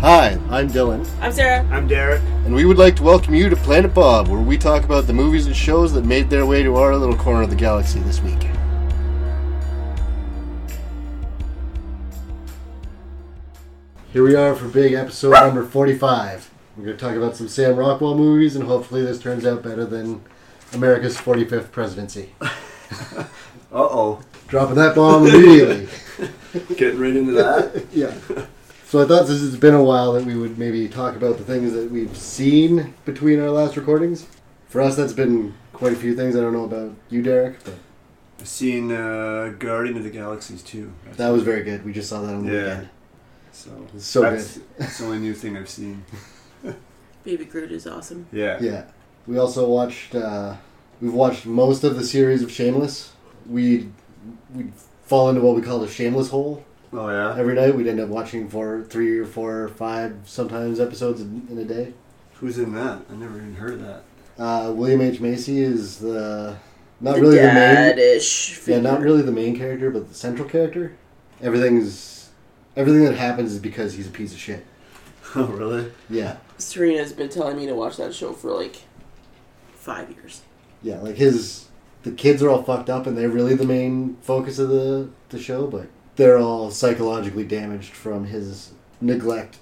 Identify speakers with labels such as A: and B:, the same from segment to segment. A: Hi, I'm Dylan,
B: I'm Sarah.
C: I'm Derek.
A: and we would like to welcome you to Planet Bob, where we talk about the movies and shows that made their way to our little corner of the galaxy this week. Here we are for big episode number 45. We're going to talk about some Sam Rockwell movies, and hopefully, this turns out better than America's 45th presidency.
C: Uh oh.
A: Dropping that bomb immediately.
C: Getting right into that.
A: yeah. So I thought since it's been a while that we would maybe talk about the things that we've seen between our last recordings. For us, that's been quite a few things. I don't know about you, Derek, but
C: I've seen uh, Guardian of the Galaxies too.
A: that was very good. We just saw that on the
C: Yeah.
A: weekend.
C: so
A: It's so
C: that's, that's the only new thing I've seen.
B: Baby Groot is awesome.
C: Yeah.
A: Yeah. We also watched. Uh, we've watched most of the series of Shameless. We we fall into what we call the Shameless hole
C: Oh yeah.
A: every night. We'd end up watching four, three or four, or five, sometimes episodes in, in a day.
C: Who's in that? I never even heard of that.
A: Uh, William H Macy is the not
B: the
A: really the main
B: dad-ish
A: Yeah,
B: figure.
A: not really the main character, but the central character. Everything's everything that happens is because he's a piece of shit.
C: oh really?
A: Yeah,
B: Serena's been telling me to watch that show for like five years.
A: yeah. Like his the kids are all fucked up, and they're really the main focus of the the show, but they're all psychologically damaged from his neglect,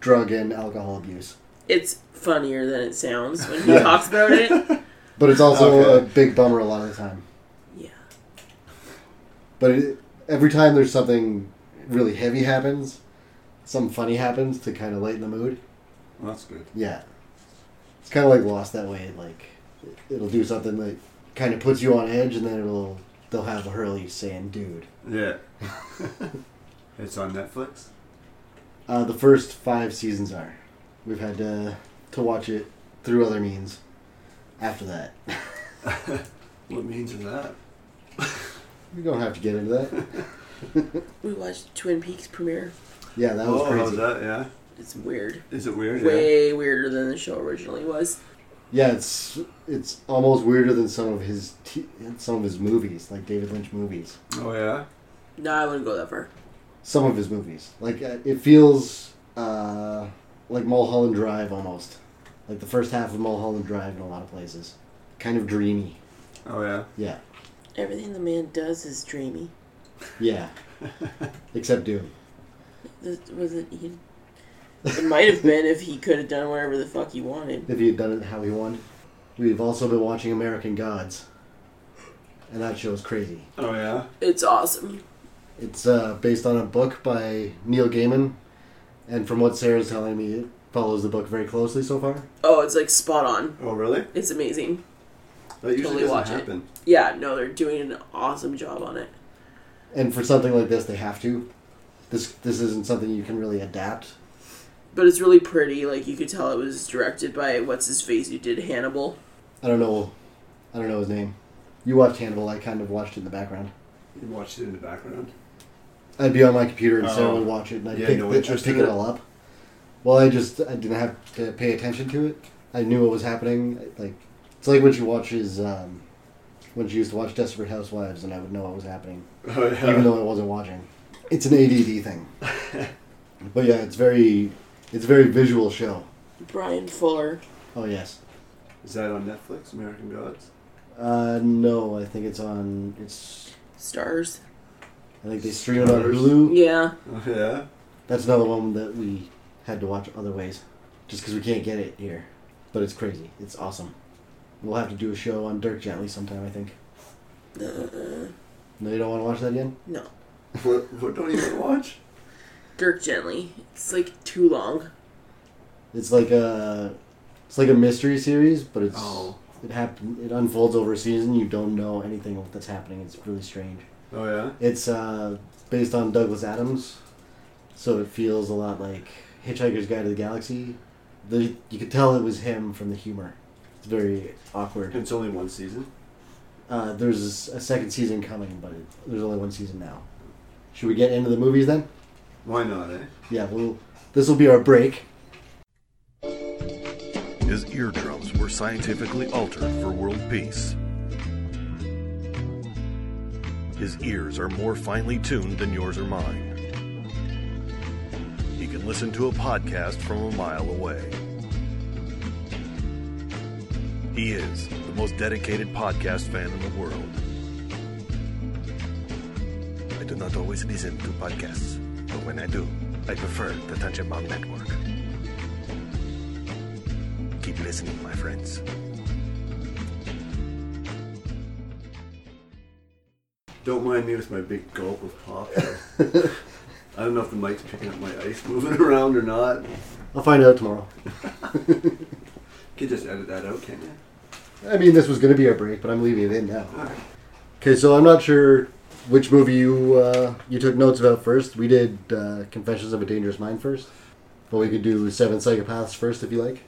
A: drug and alcohol abuse.
B: It's funnier than it sounds when he
A: Yeah.
B: talks about it.
A: But it's also
C: Okay.
A: a big bummer a lot of the time.
B: Yeah.
A: But it, every time there's something really heavy happens, something funny happens to kind of lighten the mood.
C: Well, that's good.
A: Yeah. It's kind of like Lost that way. Like, it'll do something that kind of puts you on edge, and then it'll they'll have Hurley saying, "Dude."
C: Yeah. it's on Netflix.
A: Uh, the first five seasons are. We've had to to watch it through other means. After that,
C: What means is that?
A: we don't have to get into that.
B: We watched Twin Peaks premiere.
A: Yeah, that was
C: oh,
A: crazy.
C: how's that? Yeah.
B: It's weird.
C: Is it weird? Yeah.
B: Way weirder than the show originally was.
A: Yeah, it's it's almost weirder than some of his t- some of his movies, like David Lynch movies.
C: Oh yeah.
B: No, I wouldn't go that far.
A: Some of his movies, like uh, it feels uh, like Mulholland Drive almost, like the first half of Mulholland Drive in a lot of places, kind of dreamy.
C: Oh yeah.
A: Yeah,
B: Everything the man does is dreamy.
A: yeah. Except Doom.
B: Th- Was it Ian? It might have been if he could have done whatever the fuck he wanted.
A: If he had done it how he won, we've also been watching American Gods, and that show is crazy.
C: Oh yeah.
B: It's awesome.
A: It's uh, based on a book by Neil Gaiman, and from what Sarah's telling me, it follows the book very closely so far.
B: Oh, it's like spot on.
C: Oh really?
B: It's amazing.
C: That usually
B: Totally
C: doesn't
B: watch it.
C: happen.
B: Yeah, no, they're doing an awesome job on it.
A: And for something like this, they have to. This this isn't something you can really adapt.
B: But it's really pretty. Like you could tell it was directed by what's his face who did Hannibal.
A: I don't know. I don't know his name. You watched Hannibal. I kind of watched it in the background.
C: You watched it in the background.
A: I'd be on my computer and Sarah
C: Oh.
A: would watch it, and I'd
C: Yeah,
A: pick,
C: no
A: the- I'd
C: interest
A: pick
C: in
A: it
C: it?
A: all up. Well, I just I didn't have to pay attention to it. I knew what was happening. Like it's like when she watches um, when she used to watch Desperate Housewives, and I would know what was happening.
C: Oh yeah.
A: even though I wasn't watching. It's an ADD thing. but yeah, it's very it's a very visual show.
B: Brian Fuller.
A: Oh yes.
C: Is that on Netflix? American Gods.
A: Uh, no, I think it's on. It's
B: Stars.
A: I think they stream it on
C: Others?
A: Hulu.
B: Yeah.
C: Oh yeah.
A: That's another one that we had to watch other ways, just because we can't get it here. But it's crazy. It's awesome. We'll have to do a show on Dirk Gently sometime. I think.
B: Uh,
A: No, you don't want to watch that again.
B: no.
C: What, what don't even watch?
B: Dirk Gently. It's like too long.
A: It's like a it's like a mystery series, but it's
C: Oh.
A: it happen it unfolds over a season. You don't know anything that's happening. It's really strange.
C: Oh yeah.
A: It's uh, based on Douglas Adams, so it feels a lot like Hitchhiker's Guide to the Galaxy. The, you could tell it was him from the humor. It's very awkward.
C: It's only one season.
A: Uh, there's a second season coming, but it, there's only one season now. Should we get into the movies then?
C: Why not, eh?
A: Yeah, we'll. This will be our break.
D: His eardrums were scientifically altered for world peace. His ears are more finely tuned than yours or mine. He can listen to a podcast from a mile away. He is the most dedicated podcast fan in the world. I do not always listen to podcasts, but when I do, I prefer the Dungeon Bomb Network. Keep listening, my friends.
C: Don't mind me with my big gulp of pop. I don't know if the mic's picking up my ice moving around or not.
A: I'll find out tomorrow.
C: You can just edit that out, can't you?
A: I mean, this was going to be our break, but I'm leaving it in now.
C: Alright.
A: Okay, so I'm not sure which movie you uh, you took notes about first. We did uh, Confessions of a Dangerous Mind first, but we could do Seven Psychopaths first if you like.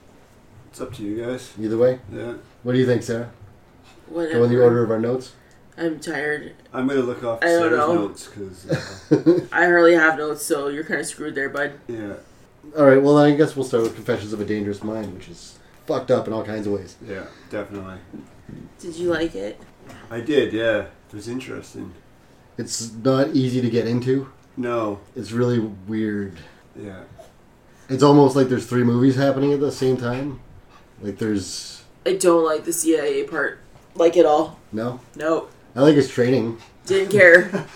C: It's up to you guys.
A: Either way,
C: Yeah.
A: what do you think, Sarah?
B: Whatever.
A: Go in Oh, the order of our notes.
B: I'm tired.
C: I'm going to look off
B: I don't
C: Sarah's
B: know.
C: notes because, uh,
B: I hardly have notes, so you're kind of screwed there, bud.
C: yeah,
A: All right. Well, I guess we'll start with Confessions of a Dangerous Mind, which is fucked up in all kinds of ways.
C: yeah, definitely.
B: Did you like it?
C: I did, yeah. It was interesting.
A: It's not easy to get into.
C: No,
A: It's really weird.
C: yeah.
A: It's almost like there's three movies happening at the same time. Like there's
B: I don't like the CIA part. Like it all.
A: no.
B: No.
A: I like his training.
B: Didn't care.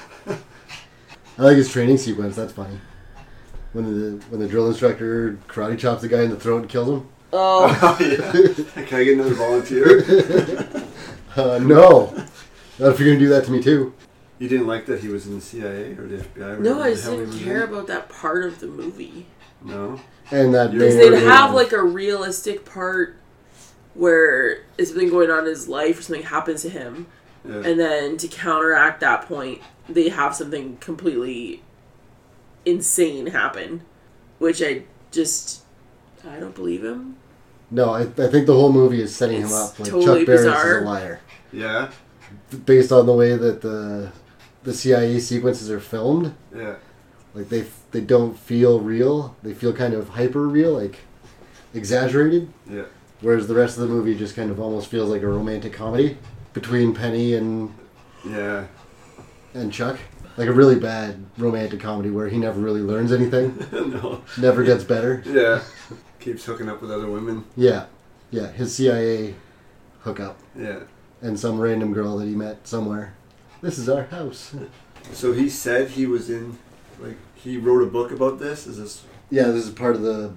A: I like his training sequence. That's funny. When the when the drill instructor karate chops the guy in the throat and kills him.
B: Oh,
C: Oh, yeah. Can I get another volunteer?
A: Uh, no, not if you're gonna do that to me too.
C: You didn't like that he was in the CIA or the FBI? or
B: no,
C: whatever
B: I
C: the
B: just
C: hell he
B: didn't
C: was
B: care
C: in?
B: about that part of the movie.
C: No.
A: And that
C: Because
A: day-
B: They'd have like a realistic part where it's been going on in his life or something happens to him.
C: Yeah.
B: And then to counteract that point, they have something completely insane happen, which I just I don't believe him.
A: no. I, I think the whole movie is setting him
B: It's
A: up. Like
B: totally
A: Chuck Barris
B: bizarre.
A: is a liar.
C: yeah.
A: based on the way that the the CIA sequences are filmed.
C: Yeah.
A: Like they they don't feel real. They feel kind of hyper real, like exaggerated.
C: Yeah.
A: Whereas the rest of the movie just kind of almost feels like a romantic comedy between Penny and
C: Yeah.
A: and Chuck. Like a really bad romantic comedy where he never really learns anything,
C: no.
A: never gets better.
C: Yeah. Keeps hooking up with other women.
A: Yeah, yeah. His CIA hookup
C: Yeah.
A: and some random girl that he met somewhere. This is our house.
C: So he said he was in, like, he wrote a book about this? Is this.
A: Yeah, this is part of the.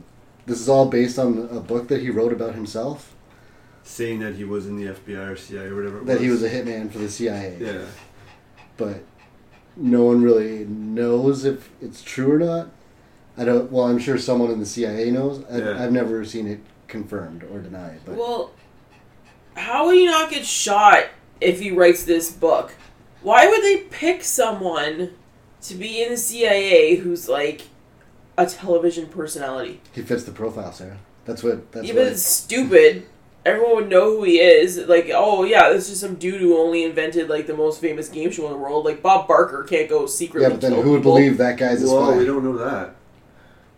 A: This is all based on a book that he wrote about himself.
C: Saying that he was in the FBI or CIA or whatever it
A: That he was a hitman for the CIA.
C: Yeah.
A: But no one really knows if it's true or not. I don't. Well, I'm sure someone in the CIA knows. I,
C: Yeah.
A: I've never seen it confirmed or denied. But
B: Well, how will you not get shot if he writes this book? Why would they pick someone to be in the CIA who's like a television personality?
A: he fits the profile, Sarah. That's what. That's
B: Even
A: what.
B: it's stupid. Everyone would know who he is. Like, oh yeah, this is just some dude who only invented like the most famous game show in the world. Like Bob Barker can't go secretly.
A: Yeah, but then
B: kill
A: who would
B: people.
A: believe that guy's a
C: Well, we
A: spy?
C: don't know that.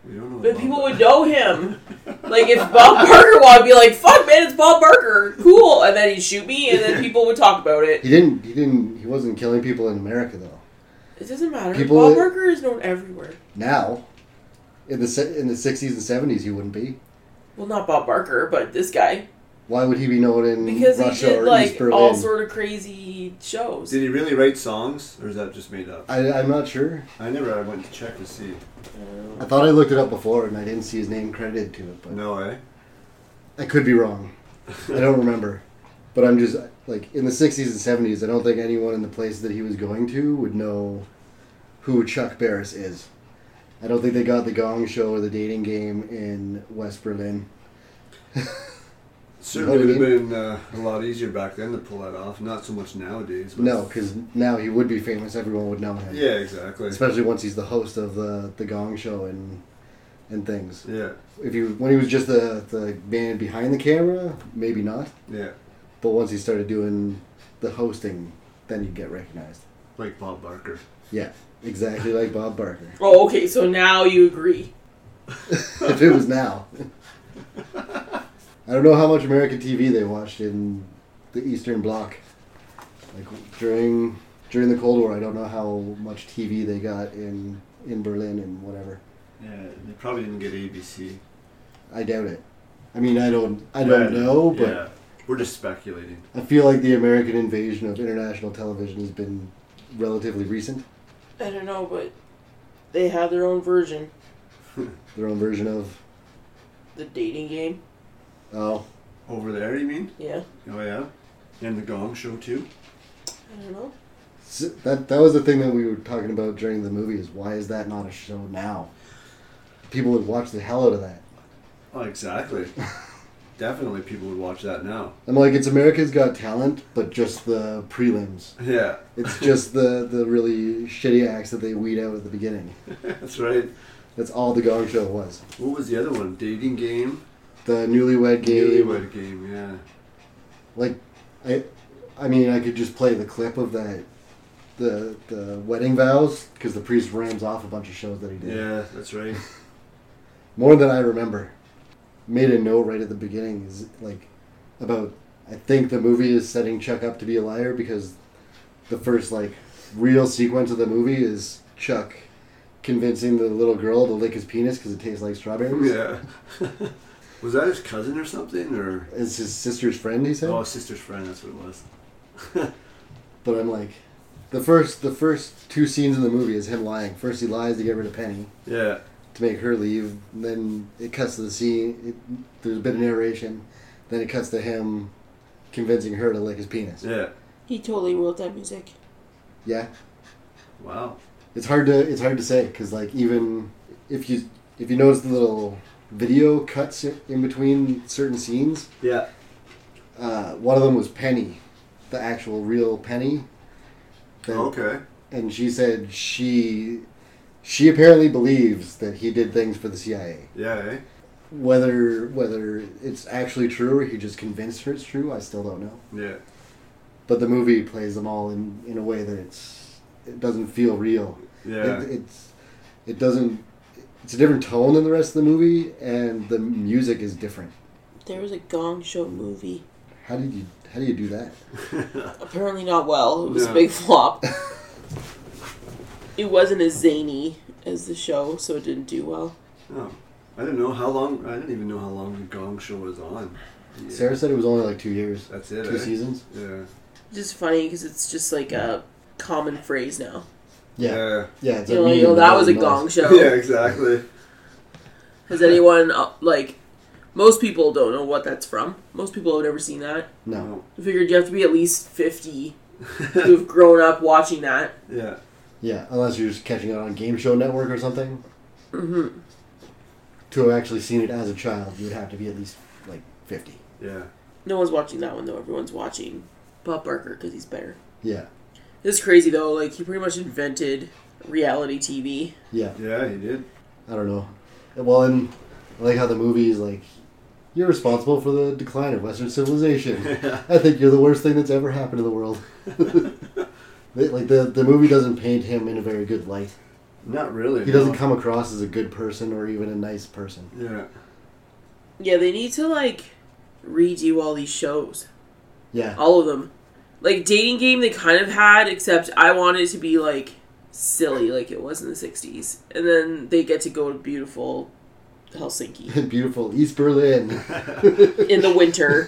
C: We don't know
B: But
C: about
B: people
C: that.
B: would know him. Like if Bob Barker would be like, "Fuck, man, it's Bob Barker, cool," and then he'd shoot me, and then people would talk about it.
A: He didn't. He didn't. He wasn't killing people in America though.
B: It doesn't matter.
A: People
B: Bob
A: that-
B: Barker is known everywhere.
A: Now, in the se- in the sixties and seventies, he wouldn't be.
B: Well, not Bob Barker, but this guy
A: Why would he be known in
B: because
A: Mm, Russia
B: he did
A: or
B: like
A: East Berlin?
B: all sort of crazy shows.
C: Did he really write songs, or is that just made up?
A: I, I'm not sure.
C: I never I went to check to see.
A: I thought I looked it up before and I didn't see his name credited to it, but
C: No, eh?
A: I could be wrong. I don't remember. But I'm just like in the 60s and 70s, I don't think anyone in the place that he was going to would know who Chuck Barris is. I don't think they got the Gong Show or the Dating Game in West Berlin.
C: Certainly
A: You know
C: would have
A: what I
C: been uh, a lot easier back then to pull that off. Not so much nowadays. but-
A: No, because now he would be famous. Everyone would know him,
C: Yeah, exactly.
A: especially once he's the host of the the Gong Show and and things.
C: Yeah,
A: If you when he was just the the man behind the camera, maybe not.
C: yeah.
A: But once he started doing the hosting, then you'd get recognized.
C: Like Bob Barker.
A: Yeah, exactly like Bob Barker.
B: Oh, okay. So now you agree.
A: if it was now. I don't know how much American TV they watched in the Eastern Bloc. Like during during the Cold War, I don't know how much TV they got in in Berlin and whatever.
C: Yeah, they probably didn't get ABC.
A: I doubt it. I mean, I don't, I don't know, but
C: yeah, we're just speculating.
A: I feel like the American invasion of international television has been relatively recent.
B: I don't know, but they had their own version,
A: Their own version of
B: the dating game.
A: oh,
C: Over there, you mean?
B: Yeah,
C: Oh yeah, and the Gong Show too.
B: I don't know.
A: S that that was the thing that we were talking about during the movie is why is that not a show now? People would watch the hell out of that.
C: Oh, exactly. Definitely, people would watch that now.
A: I'm like, it's America's Got Talent, but just the prelims.
C: Yeah,
A: It's just the the really shitty acts that they weed out at the beginning.
C: that's right.
A: That's all the Gong Show was.
C: What was the other one? Dating game.
A: The newlywed game.
C: Newlywed game. Yeah.
A: Like, I, I mean, I could just play the clip of that, the the wedding vows because the priest rams off a bunch of shows that he did.
C: Yeah, that's right.
A: More than I remember. Made a note right at the beginning is like about I think the movie is setting Chuck up to be a liar because the first like real sequence of the movie is Chuck convincing the little girl to lick his penis because it tastes like strawberries.
C: Oh, Yeah. was that his cousin or something, or
A: It's his sister's friend, he said.
C: oh, sister's friend? That's what it was.
A: But I'm like, the first the first two scenes in the movie is him lying. First he lies to get rid of Penny
C: Yeah. to
A: to make her leave. and Then it cuts to the scene. It, there's a bit of narration. Then it cuts to him convincing her to lick his penis.
C: Yeah.
B: He totally wrote that music.
A: Yeah,
C: Wow.
A: it's hard to it's hard to say because like even if you if you notice the little video cuts i- in between certain scenes,
C: Yeah.
A: uh, one of them was Penny, the actual real Penny. that-
C: Oh, Okay.
A: and she said she she apparently believes that he did things for the CIA.
C: Yeah. Eh?
A: Whether whether it's actually true or he just convinced her it's true, I still don't know.
C: Yeah.
A: But the movie plays them all in, in a way that it's it doesn't feel real.
C: Yeah.
A: It, it's it doesn't. It's a different tone than the rest of the movie, and the music is different.
B: There was a Gong Show movie.
A: How did you how do you do that?
B: Apparently not well. It was
C: No.
B: a big flop. it wasn't as zany as the show, so it didn't do well.
C: Oh, I didn't know how long. I didn't even know how long the Gong Show was on. Yeah.
A: Sarah said it was only like two years,
C: That's it.
A: two
C: eh?
A: seasons.
C: Yeah.
B: Just funny because it's just like a common phrase now.
A: Yeah,
C: Yeah.
A: yeah. it's
B: You
A: a
B: know, like,
A: meme
B: oh, that
A: of
B: was a
A: those
B: Gong
A: noise.
B: Show.
C: Yeah. Exactly.
B: Has anyone uh, like most people don't know what that's from? Most people have never seen that.
A: No,
B: I figured you have to be at least fifty to have grown up watching that.
C: Oh. Yeah.
A: yeah, unless you're just catching it on Game Show Network or something.
B: hmm
A: to have actually seen it as a child, you would have to be at least like fifty.
C: Yeah.
B: No one's watching that one though. Everyone's watching Bob Barker because he's better.
A: Yeah,
B: It's crazy though. Like he pretty much invented reality TV.
A: yeah.
C: Yeah. He did.
A: I don't know. Well, and I like how the movie is like, you're responsible for the decline of Western civilization. I think you're the worst thing that's ever happened to the world. They- like the the movie doesn't paint him in a very good light.
C: Not really.
A: He doesn't
C: no.
A: come across as a good person or even a nice person.
C: Yeah.
B: Yeah, they need to like redo all these shows,
A: Yeah,
B: all of them. Like dating game, they kind of had, except I wanted it to be like silly, like it was in the '60s, and then they get to go to beautiful Helsinki
A: beautiful East Berlin.
B: in the winter.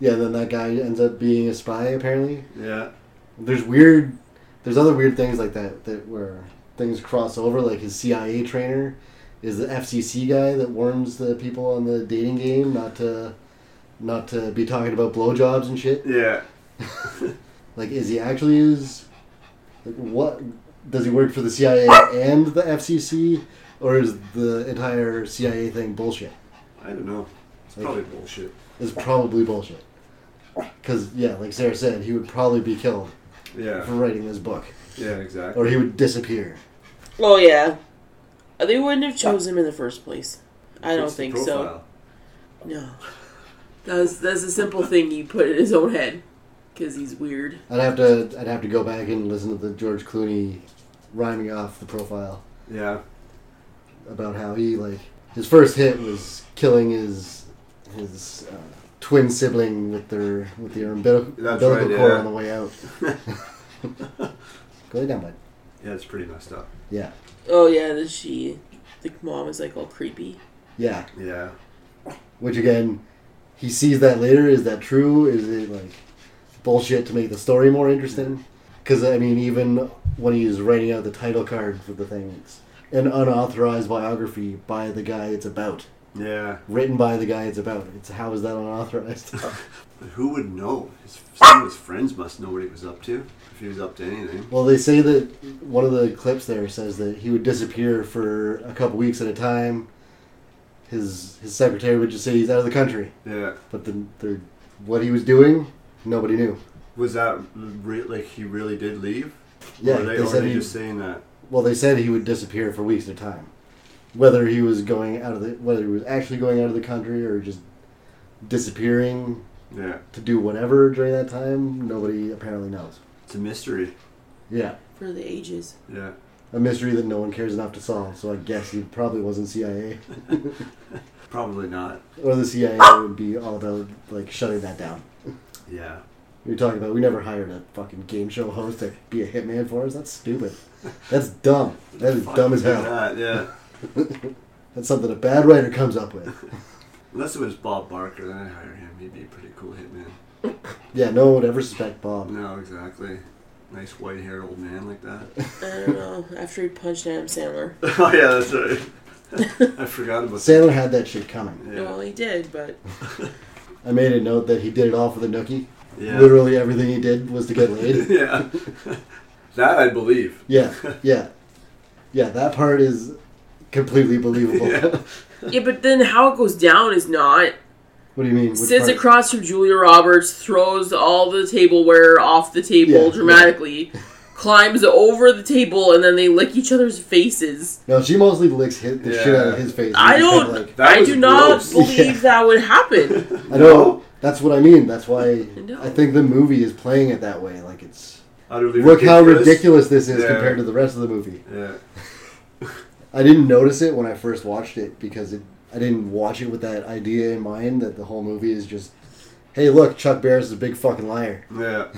A: yeah, then that guy ends up being a spy apparently.
C: Yeah.
A: there's weird there's other weird things like that that where things cross over like his cia trainer is the fcc guy that warns the people on the dating game not to not to be talking about blowjobs and shit
C: Yeah.
A: like is he actually is like what does he work for the cia and the fcc or is the entire cia thing bullshit
C: I don't know. It's probably bullshit.
A: it's probably bullshit because yeah like sarah said he would probably be killed for
C: Yeah.
A: writing this book
C: Yeah. Exactly.
A: or he would disappear
B: oh yeah, they wouldn't have chosen him in the first place. I don't
C: Fix the
B: think so.
C: profile.
B: No, that's that's a simple thing he put in his own head because he's weird.
A: I'd have to I'd have to go back and listen to the George Clooney rhyming off the profile
C: Yeah.
A: about how he like his first hit was killing his his uh, twin sibling with their with their umbilical,
C: That's
A: umbilical
C: right,
A: cord
C: yeah.
A: on the way out. go lay down, bud.
C: Yeah. It's pretty messed up.
A: Yeah,
B: Oh yeah, then she the mom is like all creepy.
A: Yeah.
C: Yeah.
A: Which again, he sees that later. Is that true? Is it like bullshit to make the story more interesting? Because I mean, even when he's writing out the title card for the thing, it's an unauthorized biography by the guy it's about,
C: Yeah.
A: written by the guy it's about. It's how is that unauthorized?
C: But who would know? His, some of his friends must know what he was up to. If he was up to anything.
A: well, they say that one of the clips there says that he would disappear for a couple weeks at a time. His his secretary would just say he's out of the country,
C: Yeah.
A: but the, the what he was doing, nobody knew.
C: Was that re- like he really did leave?
A: Yeah,
C: Or they,
A: they
C: or
A: said
C: they
A: he-
C: just saying that?
A: Well, they said he would disappear for weeks at a time, whether he was going out of the whether he was actually going out of the country or just disappearing
C: Yeah.
A: to do whatever during that time. Nobody apparently knows.
C: It's a mystery.
A: Yeah,
B: For the ages.
C: Yeah.
A: a mystery that no one cares enough to solve. So I guess he probably wasn't CIA,
C: Probably not.
A: or the CIA would be all about like shutting that down.
C: Yeah.
A: You're talking about we never hired a fucking game show host to be a hitman for us. That's stupid. That's dumb. That is
C: Fuck
A: dumb as
C: do
A: hell.
C: that, yeah.
A: That's something a bad writer comes up with.
C: Unless it was Bob Barker, then I'd hire him. He'd be a pretty cool hitman.
A: Yeah, no one would ever suspect Bob.
C: No, exactly. Nice white haired old man like that.
B: I don't know. After he punched Adam Sandler.
C: oh, yeah, that's right. I forgot about that.
A: Sandler had that shit coming.
B: Well,
C: Yeah.
B: he did, but
A: I made a note that he did it all for the nookie.
C: Yeah.
A: Literally everything he did was to get laid.
C: yeah. that I believe.
A: yeah, yeah, yeah. That part is completely believable.
C: Yeah.
B: yeah, but then how it goes down is not.
A: what do you mean? Which
B: Sits
A: part?
B: across from Julia Roberts, throws all the tableware off the
A: Yeah,
B: table
A: yeah.
B: dramatically, climbs over the table, and then they lick each other's faces.
A: No, she mostly licks hit the
C: Yeah.
A: shit out of his face.
B: I
A: He's
B: don't.
A: kinda like-
C: That
B: I
C: was
B: do not
C: gross.
B: believe
A: Yeah.
B: that would happen.
A: I know. That's what I mean. That's why
B: No.
A: I think the movie is playing it that way. Like it's
C: Utterly
A: look how ridiculous this is
C: Yeah.
A: compared to the rest of the movie.
C: Yeah.
A: I didn't notice it when I first watched it because it, I didn't watch it with that idea in mind that the whole movie is just, hey, look, Chuck Barris is a big fucking liar.
C: Yeah.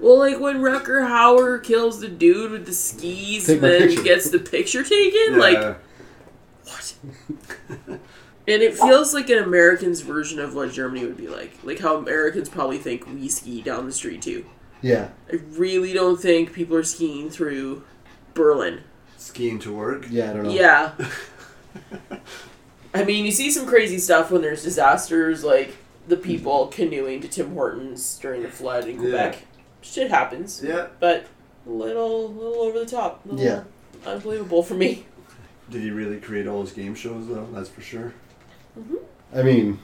B: well, like when Rucker Hauer kills the dude with the skis
A: Take
B: and
A: my
B: then
A: picture.
B: gets the picture taken,
C: yeah.
B: like What? and it feels like an American's version of what Germany would be like. Like how Americans probably think we ski down the street too.
A: Yeah,
B: I really don't think people are skiing through Berlin.
C: skiing to work.
A: yeah, I don't know.
B: Yeah. I mean, you see some crazy stuff when there's disasters, like the people
A: Mm-hmm.
B: canoeing to Tim Hortons during the flood in
C: Yeah.
B: Quebec. Shit happens,
C: Yeah.
B: but little, little over the top. Little
A: Yeah.
B: Unbelievable for me.
C: Did he really create all his game shows though? That's for sure.
A: I mean,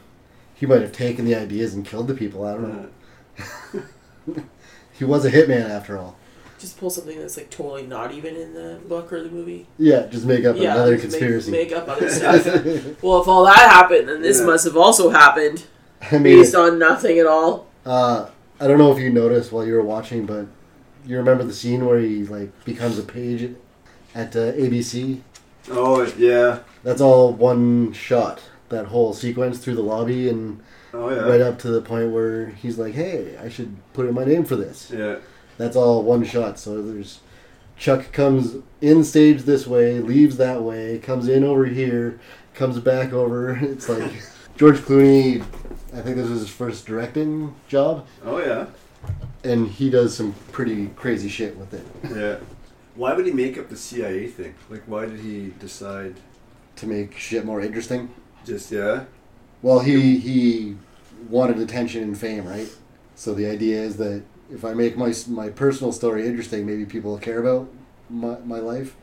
A: he might have taken the ideas and killed the people. I don't know. He was a hitman after all.
B: just pull something that's like totally not even in the book or the movie.
A: Yeah, just make up another
B: just make-
A: conspiracy.
B: Make, up other stuff. well, if all that happened, then this
C: Yeah.
B: must have also happened
A: I mean,
B: based on nothing at all.
A: uh, I don't know if you noticed while you were watching, but you remember the scene where he like becomes a page at uh, ABC.
C: oh yeah.
A: That's all one shot. That whole sequence through the lobby and
C: Oh yeah.
A: right up to the point where he's like, "Hey, I should put in my name for this."
C: Yeah.
A: That's all one shot. So there's Chuck comes in stage this way, leaves that way, comes in over here, comes back over. It's like George Clooney. I think this was his first directing job,
C: Oh yeah.
A: and he does some pretty crazy shit with it
C: Yeah. Why would he make up the CIA thing? Like, why did he decide
A: to make shit more interesting.
C: just yeah?
A: Well, he he wanted attention and fame, right? So the idea is that if I make my my personal story interesting, maybe people will care about my, my life.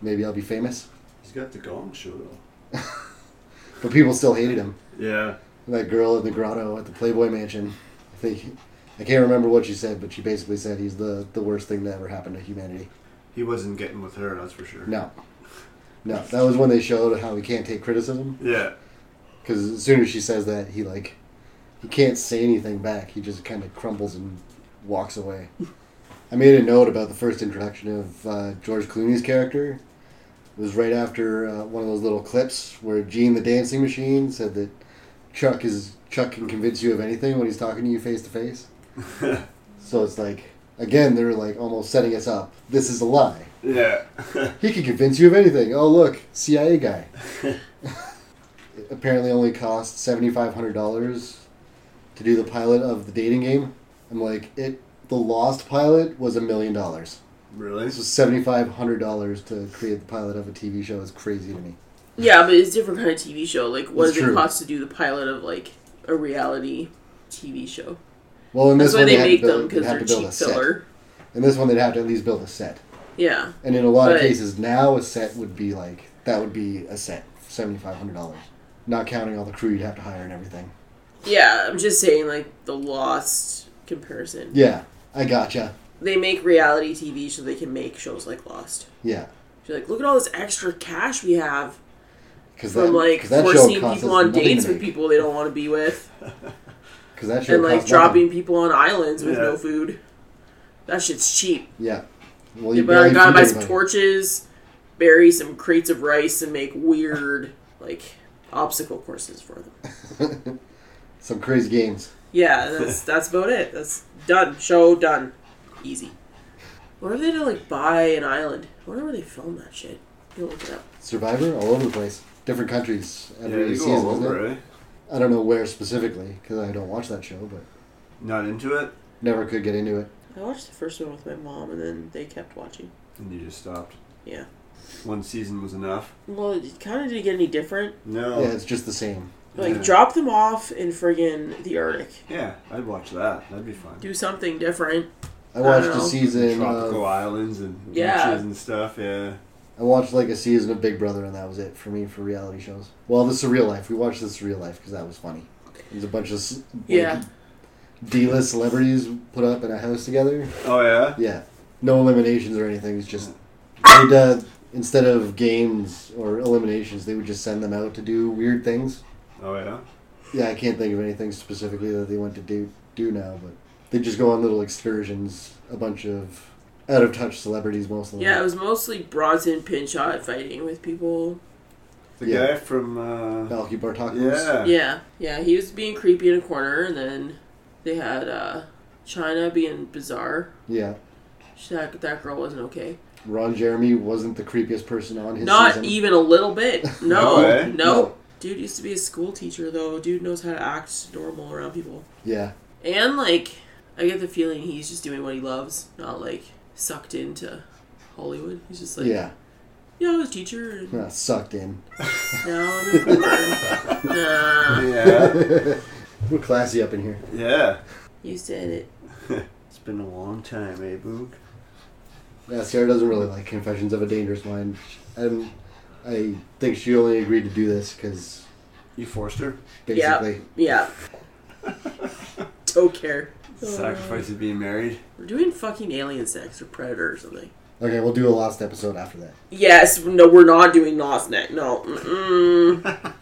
A: Maybe I'll be famous.
C: He's got the Gong Show though.
A: But people still hated him.
C: Yeah.
A: That girl in the grotto at the Playboy Mansion. I think I can't remember what she said, but she basically said he's the the worst thing that ever happened to humanity.
C: He wasn't getting with her. That's for sure.
A: No. No, that was when they showed how he can't take criticism.
C: Yeah.
A: Because as soon as she says that, he like he can't say anything back. He just kind of crumbles and walks away. I made a note about the first introduction of uh, George Clooney's character. It was right after uh, one of those little clips where Gene the Dancing Machine said that Chuck is Chuck can convince you of anything when he's talking to you face to face. So it's like Again, they're like almost setting us up. This is a lie.
C: Yeah.
A: He could convince you of anything. Oh, look, CIA guy. It apparently only cost $7,500 to do the pilot of the dating game. I'm like, it. the lost pilot was a million dollars.
C: really?
A: This was $7,500 to create the pilot of a TV show. It's crazy to me.
B: Yeah, but it's a different kind of TV show. Like, what
A: It's
B: does it
A: true.
B: cost to do the pilot of like a reality TV show?
A: Well, in
B: That's
A: this
B: why
A: one,
B: they
A: they, had
B: make
A: to
B: them
A: build,
B: because
A: they'd have
B: they're
A: to build
B: cheap
A: a set.
B: filler.
A: In this one, they'd have to at least build a set.
B: Yeah,
A: And in a lot of
B: But-
A: cases now, a set would be like that would be a set, seventy five hundred dollars, not counting all the crew you'd have to hire and everything.
B: yeah. I'm just saying, like the Lost comparison.
A: Yeah, I gotcha.
B: They make reality TV so they can make shows like Lost.
A: Yeah,
B: You're like, look at all this extra cash we have
A: because that
B: from like
A: 'cause that show
B: forcing
A: costs
B: people
A: us
B: on
A: nothing
B: dates
A: to
B: with
A: make.
B: people they don't want to be with.
A: 'Cause that show
B: and like
A: costs
B: dropping
A: nothing.
B: people on islands with
C: Yeah.
B: no food. That shit's cheap.
A: Yeah, well,
B: You
A: you
B: better
A: barely
B: gotta
A: feed
B: buy some
A: anybody.
B: torches, bury some crates of rice, and make weird like obstacle courses for them.
A: Some crazy games.
B: Yeah, that's that's about it. That's done. Show done. Easy. What if they did like buy an island? I wonder where they filmed that shit. You look it up.
A: Survivor all over the place, different countries
C: Yeah,
A: every
C: you go
A: season.
C: all
A: isn't
C: over,
A: it?
C: eh?
A: I don't know where specifically because I don't watch that show, but
C: Not into it?
A: never could get into it.
B: I watched the first one with my mom, and then they kept watching.
C: And you just stopped.
B: Yeah.
C: One season was enough.
B: Well, it kind of didn't get any different.
C: No.
A: Yeah, it's just the same.
B: Like,
C: Yeah.
B: drop them off in friggin' the Arctic.
C: Yeah, I'd watch that. That'd be fun.
B: Do something different.
A: I watched a
B: know.
A: season.
C: Tropical
A: Of,
C: islands and
B: Yeah.
C: beaches and stuff. Yeah.
A: I watched like a season of Big Brother, and that was it for me for reality shows. Well, The Surreal Life. We watched The Surreal Life because that was funny. There's a bunch of s- like,
B: Yeah.
A: D-list celebrities put up in a house together.
C: Oh yeah.
A: Yeah, no eliminations or anything. It's just
B: Ah!
A: they'd, uh, instead of games or eliminations, they would just send them out to do weird things.
C: Oh yeah.
A: Yeah, I can't think of anything specifically that they went to do do now, but they just go on little excursions. A bunch of out of touch celebrities, most of them.
B: Yeah, it was mostly Bronson Pinchot fighting with people.
C: The
A: Yeah.
C: guy from. Uh,
A: Malky Bartakos.
C: yeah.
B: Yeah, yeah, he was being creepy in a corner, and then they had uh, China being bizarre.
A: yeah.
B: She, that, that girl wasn't okay.
A: Ron Jeremy wasn't the creepiest person on his
B: Not
A: season.
B: even a little bit. No,
C: No way.
B: no.
A: No.
B: Dude used to be a school teacher, though. Dude knows how to act normal around people.
A: Yeah,
B: And, like, I get the feeling he's just doing what he loves, not, like, sucked into Hollywood. He's just like, yeah,
A: yeah,
B: I was a teacher, and
A: Nah, sucked in.
B: now I'm a porn. nah.
C: Yeah.
A: We're classy up in here.
C: yeah.
B: You said it.
C: It's been a long time, eh, Boog?
A: Yeah, Sarah doesn't really like Confessions of a Dangerous Mind, and I think she only agreed to do this because
C: You forced her.
A: basically,
B: Yeah. Don't care.
C: Sacrifice of being married.
B: We're doing fucking alien sex or predator or something.
A: okay, we'll do a lost episode after that.
B: Yes, no, we're not doing Lost Net. No. Mm-mm.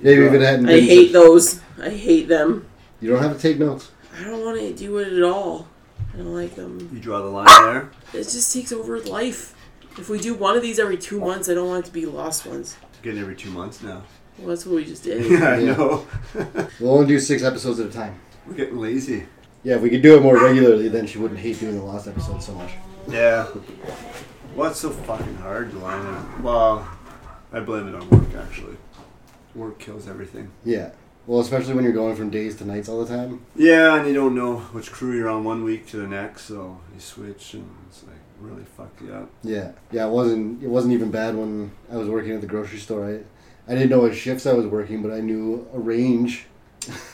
A: Maybe if it hadn't.
B: I
A: been-
B: hate those. I hate them.
A: You don't have to take notes.
B: I don't want to do it at all. I don't like them.
C: You draw the line there.
B: It just takes over life. If we do one of these every two months, I don't want it to be lost ones.
C: Getting every two months now.
B: Well, that's what we just did.
C: Yeah, I
A: Yeah.
C: know.
A: We'll only do six episodes at a time.
C: We're getting lazy.
A: Yeah, if we could do it more regularly, then she wouldn't hate doing the lost episode so much.
C: Yeah. What's so fucking hard to line up? Well, I blame it on work, actually. Work kills everything.
A: Yeah, well, especially when you're going from days to nights all the time.
C: Yeah, and you don't know which crew you're on one week to the next, so you switch, and it's like really fucked you up.
A: Yeah, yeah. It wasn't it wasn't even bad when I was working at the grocery store. I, I didn't know what shifts I was working, but I knew a range.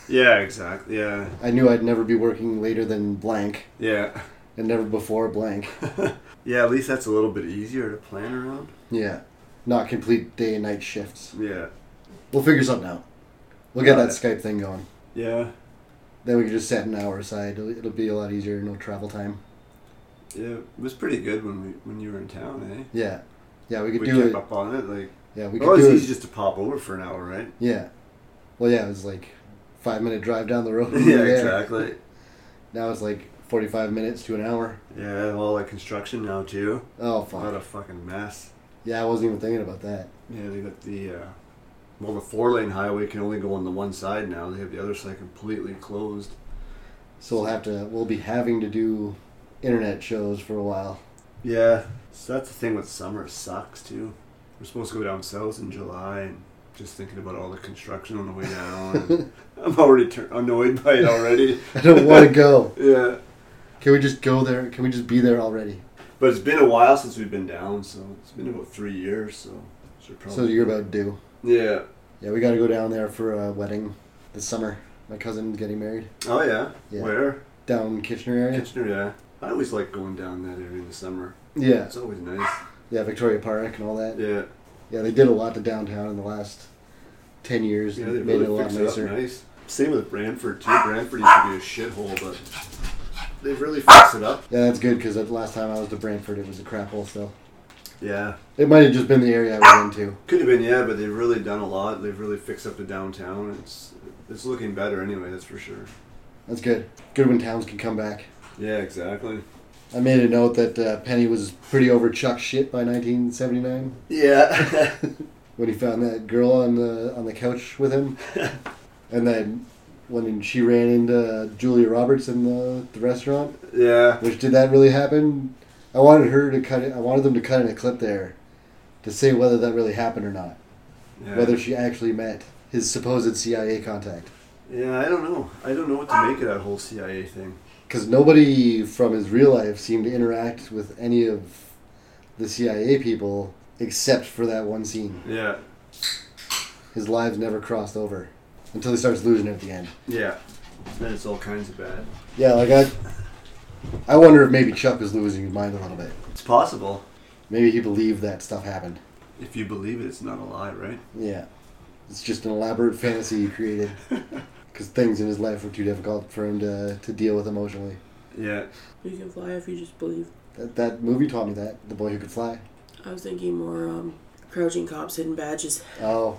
C: Yeah, exactly. Yeah,
A: I knew I'd never be working later than blank,
C: yeah,
A: and never before blank.
C: yeah. At least that's a little bit easier to plan around.
A: Yeah, not complete day and night shifts.
C: Yeah,
A: We'll figure something out. We'll get
C: Got
A: that Skype thing going.
C: yeah,
A: Then we can just set an hour aside. It'll, it'll be a lot easier. No travel time.
C: yeah. It was pretty good when we when you were in town, eh?
A: Yeah, yeah. We
C: We,
A: could
C: kept
A: do it.
C: up on it. Like
A: Yeah, we
C: it
A: could
C: was
A: do
C: easy
A: it.
C: just to pop over for an hour, right?
A: Yeah. Well, yeah. It was like five minute drive down the road.
C: yeah, exactly.
A: Now it's like forty five minutes to an hour.
C: Yeah, all that construction now too.
A: Oh fuck.
C: What a fucking mess.
A: Yeah, I wasn't even thinking about that.
C: Yeah, they got the uh, well, the four lane highway can only go on the one side now. They have the other side completely closed.
A: So we'll have to we'll be having to do internet shows for a while.
C: Yeah, so that's the thing with summer sucks too. We're supposed to go down south in July, and just thinking about all the construction on the way down. and I'm already tur annoyed by it already.
A: I don't want to go.
C: Yeah,
A: Can we just go there? Can we just be there already?
C: but it's been a while since we've been down, so it's been about three years. So, should
A: So you're about due.
C: yeah.
A: Yeah, we got to go down there for a wedding this summer. My cousin's getting married
C: Oh yeah.
A: Yeah.
C: Where
A: down in Kitchener area.
C: Kitchener? Yeah. I always like going down that area in the summer.
A: Yeah,
C: It's always nice.
A: yeah, Victoria Park and all that.
C: Yeah.
A: Yeah, they did a lot to downtown in the last ten years.
C: Yeah,
A: and
C: they
A: made
C: really
A: it a lot
C: fixed it up
A: nicer.
C: nice. Same with Brantford too. Brantford used to be a shithole, but they really fixed it up.
A: Yeah, that's good because the last time I was to Brantford, it was a crap hole still.
C: Yeah,
A: It might have just been the area I was into.
C: could have been yeah, but they've really done a lot. They've really fixed up the downtown. It's it's looking better anyway. That's for sure.
A: That's good. Good when towns can come back.
C: Yeah, exactly.
A: I made a note that uh, Penny was pretty over Chuck's shit by 1979
C: Yeah,
A: when he found that girl on the on the couch with him, and then when she ran into Julia Roberts in the, the restaurant.
C: yeah.
A: Which did that really happen? I wanted her to cut it. I wanted them to cut in a clip there to say whether that really happened or not,
C: Yeah.
A: whether she actually met his supposed CIA contact.
C: yeah, I don't know. I don't know what to make of that whole CIA thing.
A: Because nobody from his real life seemed to interact with any of the CIA people except for that one scene.
C: Yeah,
A: His lives never crossed over until he starts losing it at the end.
C: yeah. Then it's all kinds of bad.
A: Yeah, like I, I wonder if maybe Chuck is losing his mind a little bit.
C: It's possible
A: Maybe he believed that stuff happened.
C: if you believe it. It's not a lie, right?
A: Yeah. It's just an elaborate fantasy he created. Because things in his life were too difficult for him to, to deal with emotionally.
C: Yeah.
B: You can fly if you just believe.
A: That, that movie taught me that. The Boy Who Could Fly.
B: I was thinking more um, crouching cops, hidden badges.
A: Oh.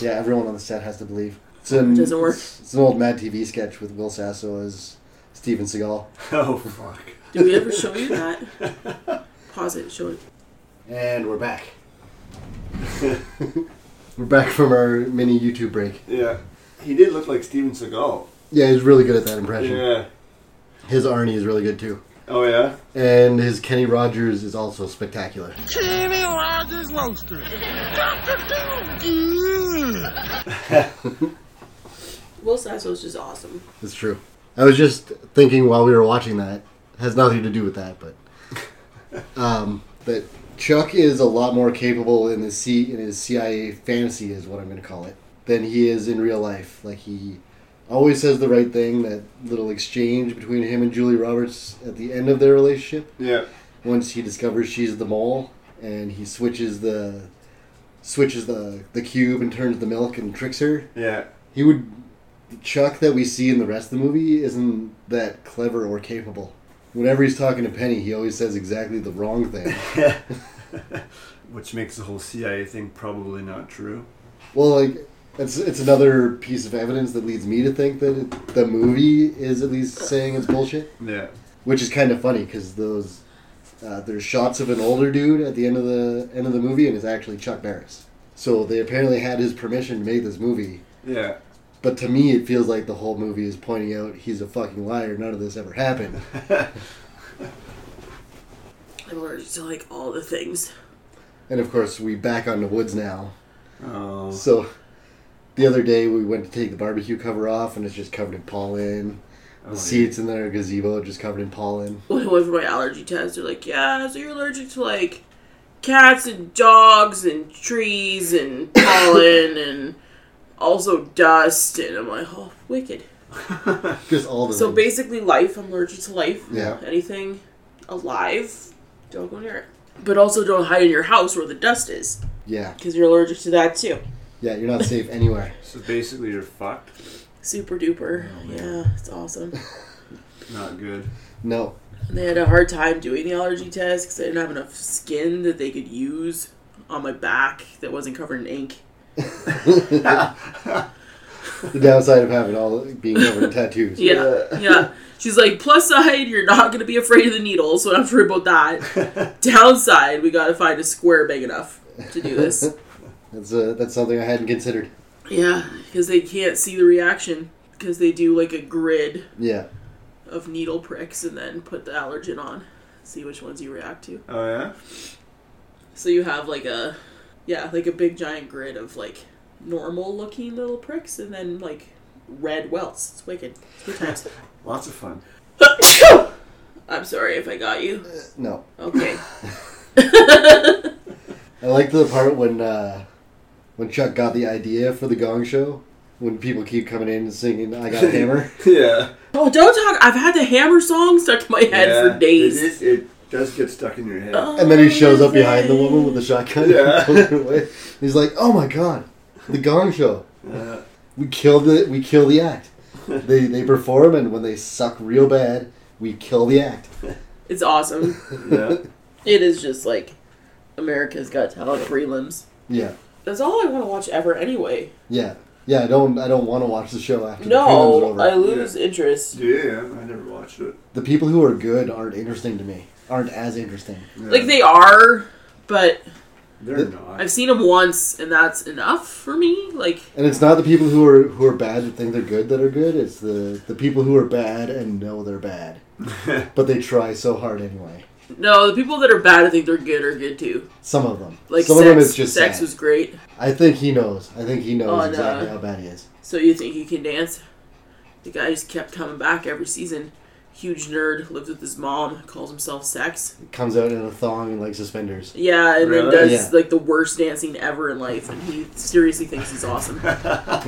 A: Yeah, everyone on the set has to believe. It's an,
B: It doesn't work.
A: It's, it's an old Mad TV sketch with Will Sasso as Steven Seagal.
C: Oh fuck.
B: Did we ever show you that? Pause it. Show it.
A: And we're back. we're back from our mini YouTube break.
C: Yeah. He did look like Steven Seagal.
A: Yeah, he's really good at that impression.
C: Yeah.
A: His Arnie is really good too.
C: Oh yeah.
A: And his Kenny Rogers is also spectacular.
E: Kenny Rogers Roaster. Dr. Doom. Yeah.
B: Will Sasso's just awesome.
A: It's true. I was just thinking while we were watching that has nothing to do with that, but um, that Chuck is a lot more capable in the C in his CIA fantasy is what I'm going to call it than he is in real life. Like he always says the right thing. That little exchange between him and Julie Roberts at the end of their relationship,
C: Yeah.
A: once he discovers she's the mole, and he switches the switches the the cube and turns the milk and tricks her.
C: Yeah.
A: He would. Chuck that we see in the rest of the movie isn't that clever or capable. Whenever he's talking to Penny, he always says exactly the wrong thing.
C: Which makes the whole CIA thing probably not true.
A: well, like it's it's another piece of evidence that leads me to think that it, the movie is at least saying it's bullshit,
C: Yeah.
A: which is kind of funny because those uh, there's shots of an older dude at the end of the end of the movie, and it's actually Chuck Barris. So they apparently had his permission to make this movie.
C: Yeah.
A: But to me, it feels like the whole movie is pointing out he's a fucking liar. None of this ever happened.
B: I'm allergic to like all the things.
A: And of course, we back on the woods now.
C: Oh.
A: So the other day we went to take the barbecue cover off, and it's just covered in pollen. The
C: Oh, yeah.
A: seats in their gazebo are just covered in pollen.
B: When I went for my allergy test, they're like, "Yeah, so you're allergic to like cats and dogs and trees and pollen and also dust." And I'm like, "Oh, wicked."
A: Just all the
B: So
A: things.
B: basically, life. I'm allergic to life.
A: Mm. Yeah.
B: Anything alive, don't go near it. But also, don't hide in your house where the dust is,
A: yeah,
B: because you're allergic to that too.
A: yeah, you're not safe anywhere.
C: So basically, you're fucked.
B: Super duper. yeah, it's awesome.
C: Not good.
A: No,
B: They had a hard time doing the allergy test because I didn't have enough skin that they could use on my back that wasn't covered in ink.
A: the downside of having all being covered in tattoos.
B: Yeah, yeah. She's like, plus side, you're not gonna be afraid of the needle, so don't worry about that. Downside, we gotta find a square big enough to do this.
A: That's uh that's something I hadn't considered.
B: yeah, because they can't see the reaction because they do like a grid
A: Yeah,
B: of needle pricks and then put the allergen on. See which ones you react to.
C: Oh yeah.
B: So you have like a, yeah, like a big giant grid of like normal looking little pricks and then like red welts. It's wicked. Two times.
C: Lots of fun.
B: I'm sorry if I got you.
A: No.
B: Okay.
A: I like the part when uh, when Chuck got the idea for the Gong Show. When people keep coming in and singing "I Got a Hammer,"
C: yeah.
B: oh, don't talk. I've had the hammer song stuck to my head
C: yeah.
B: for days. Oh.
C: It, is- it does get stuck in your head.
A: and then he shows up behind the woman with the shotgun.
C: Yeah.
A: and pulls her away. He's like, "Oh my god, the Gong Show!
C: Yeah.
A: We killed it. We kill the act. They they perform, and when they suck real bad, we kill the act."
B: It's awesome.
C: yeah.
B: It is just like America's Got Talent prelims.
A: Yeah,
B: That's all I want to watch ever anyway.
A: yeah, yeah. I don't I don't want to watch the show after the prelims are
B: No,
A: over.
B: I lose interest.
C: Yeah, I never watched it.
A: The people who are good aren't interesting to me. Aren't as interesting.
C: Yeah.
B: Like they are, but
C: they're not.
B: I've seen them once and that's enough for me. Like
A: And it's not the people who are who are bad that think they're good that are good. It's the the people who are bad and know they're bad, but they try so hard anyway.
B: no, the people that are bad I think they're good are good too.
A: Some of them,
B: Like
A: some of
B: sex,
A: them, it's just
B: sex
A: sad.
B: was great.
A: I think he knows. I think he knows
B: Oh, no.
A: exactly how bad he is.
B: So you think you can dance? The guy just kept coming back every season. Huge nerd, lives with his mom, calls himself sex.
A: Comes out in a thong and like suspenders.
B: Yeah, and then
C: Really?
B: does
A: Yeah.
B: like the worst dancing ever in life, and he seriously thinks he's awesome.
A: Here,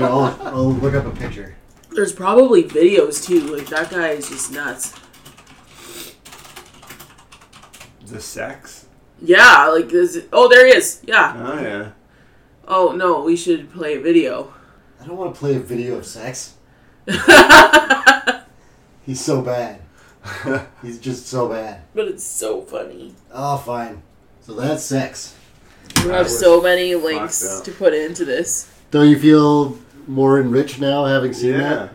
A: I'll, I'll look up a picture.
B: There's probably videos too. Like that guy is just nuts.
C: the sex.
B: Yeah, like this. Oh, there he is. Yeah.
C: Oh yeah.
B: Oh no, we should play a video.
A: I don't want to play a video of sex. He's so bad. He's just so bad.
B: But it's so funny.
A: Oh, fine. So that's sex.
B: We
C: I
B: have
C: was
B: so many links
C: fucked up.
B: to put into this.
A: Don't you feel more enriched now having seen
C: Yeah.
A: that?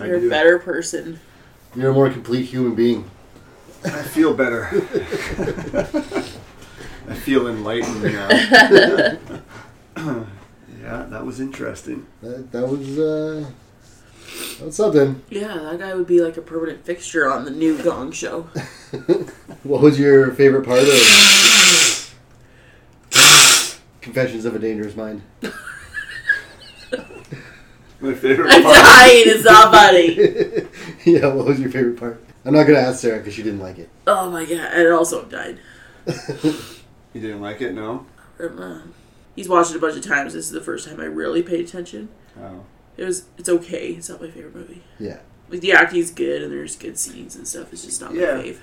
C: I
B: You're a
C: do.
B: better person.
A: You're a more complete human being.
C: I feel better. I feel enlightened now. yeah, that was interesting.
A: That, that was uh, that was something.
B: Yeah, that guy would be like a permanent fixture on the new Gong Show.
A: What was your favorite part of Confessions of a Dangerous Mind?
C: My favorite
B: I'm
C: part.
B: dying. It's not funny.
A: yeah, what was your favorite part? I'm not gonna ask Sarah because she didn't like it.
B: Oh my god! And also, I'm dying.
C: You didn't like it, no?
B: Um, uh, He's watched it a bunch of times. This is the first time I really paid attention.
C: Oh.
B: It was. It's okay. It's not my favorite movie.
A: Yeah,
B: Like the acting's good and there's good scenes and stuff. It's just not my
C: Yeah.
B: fave.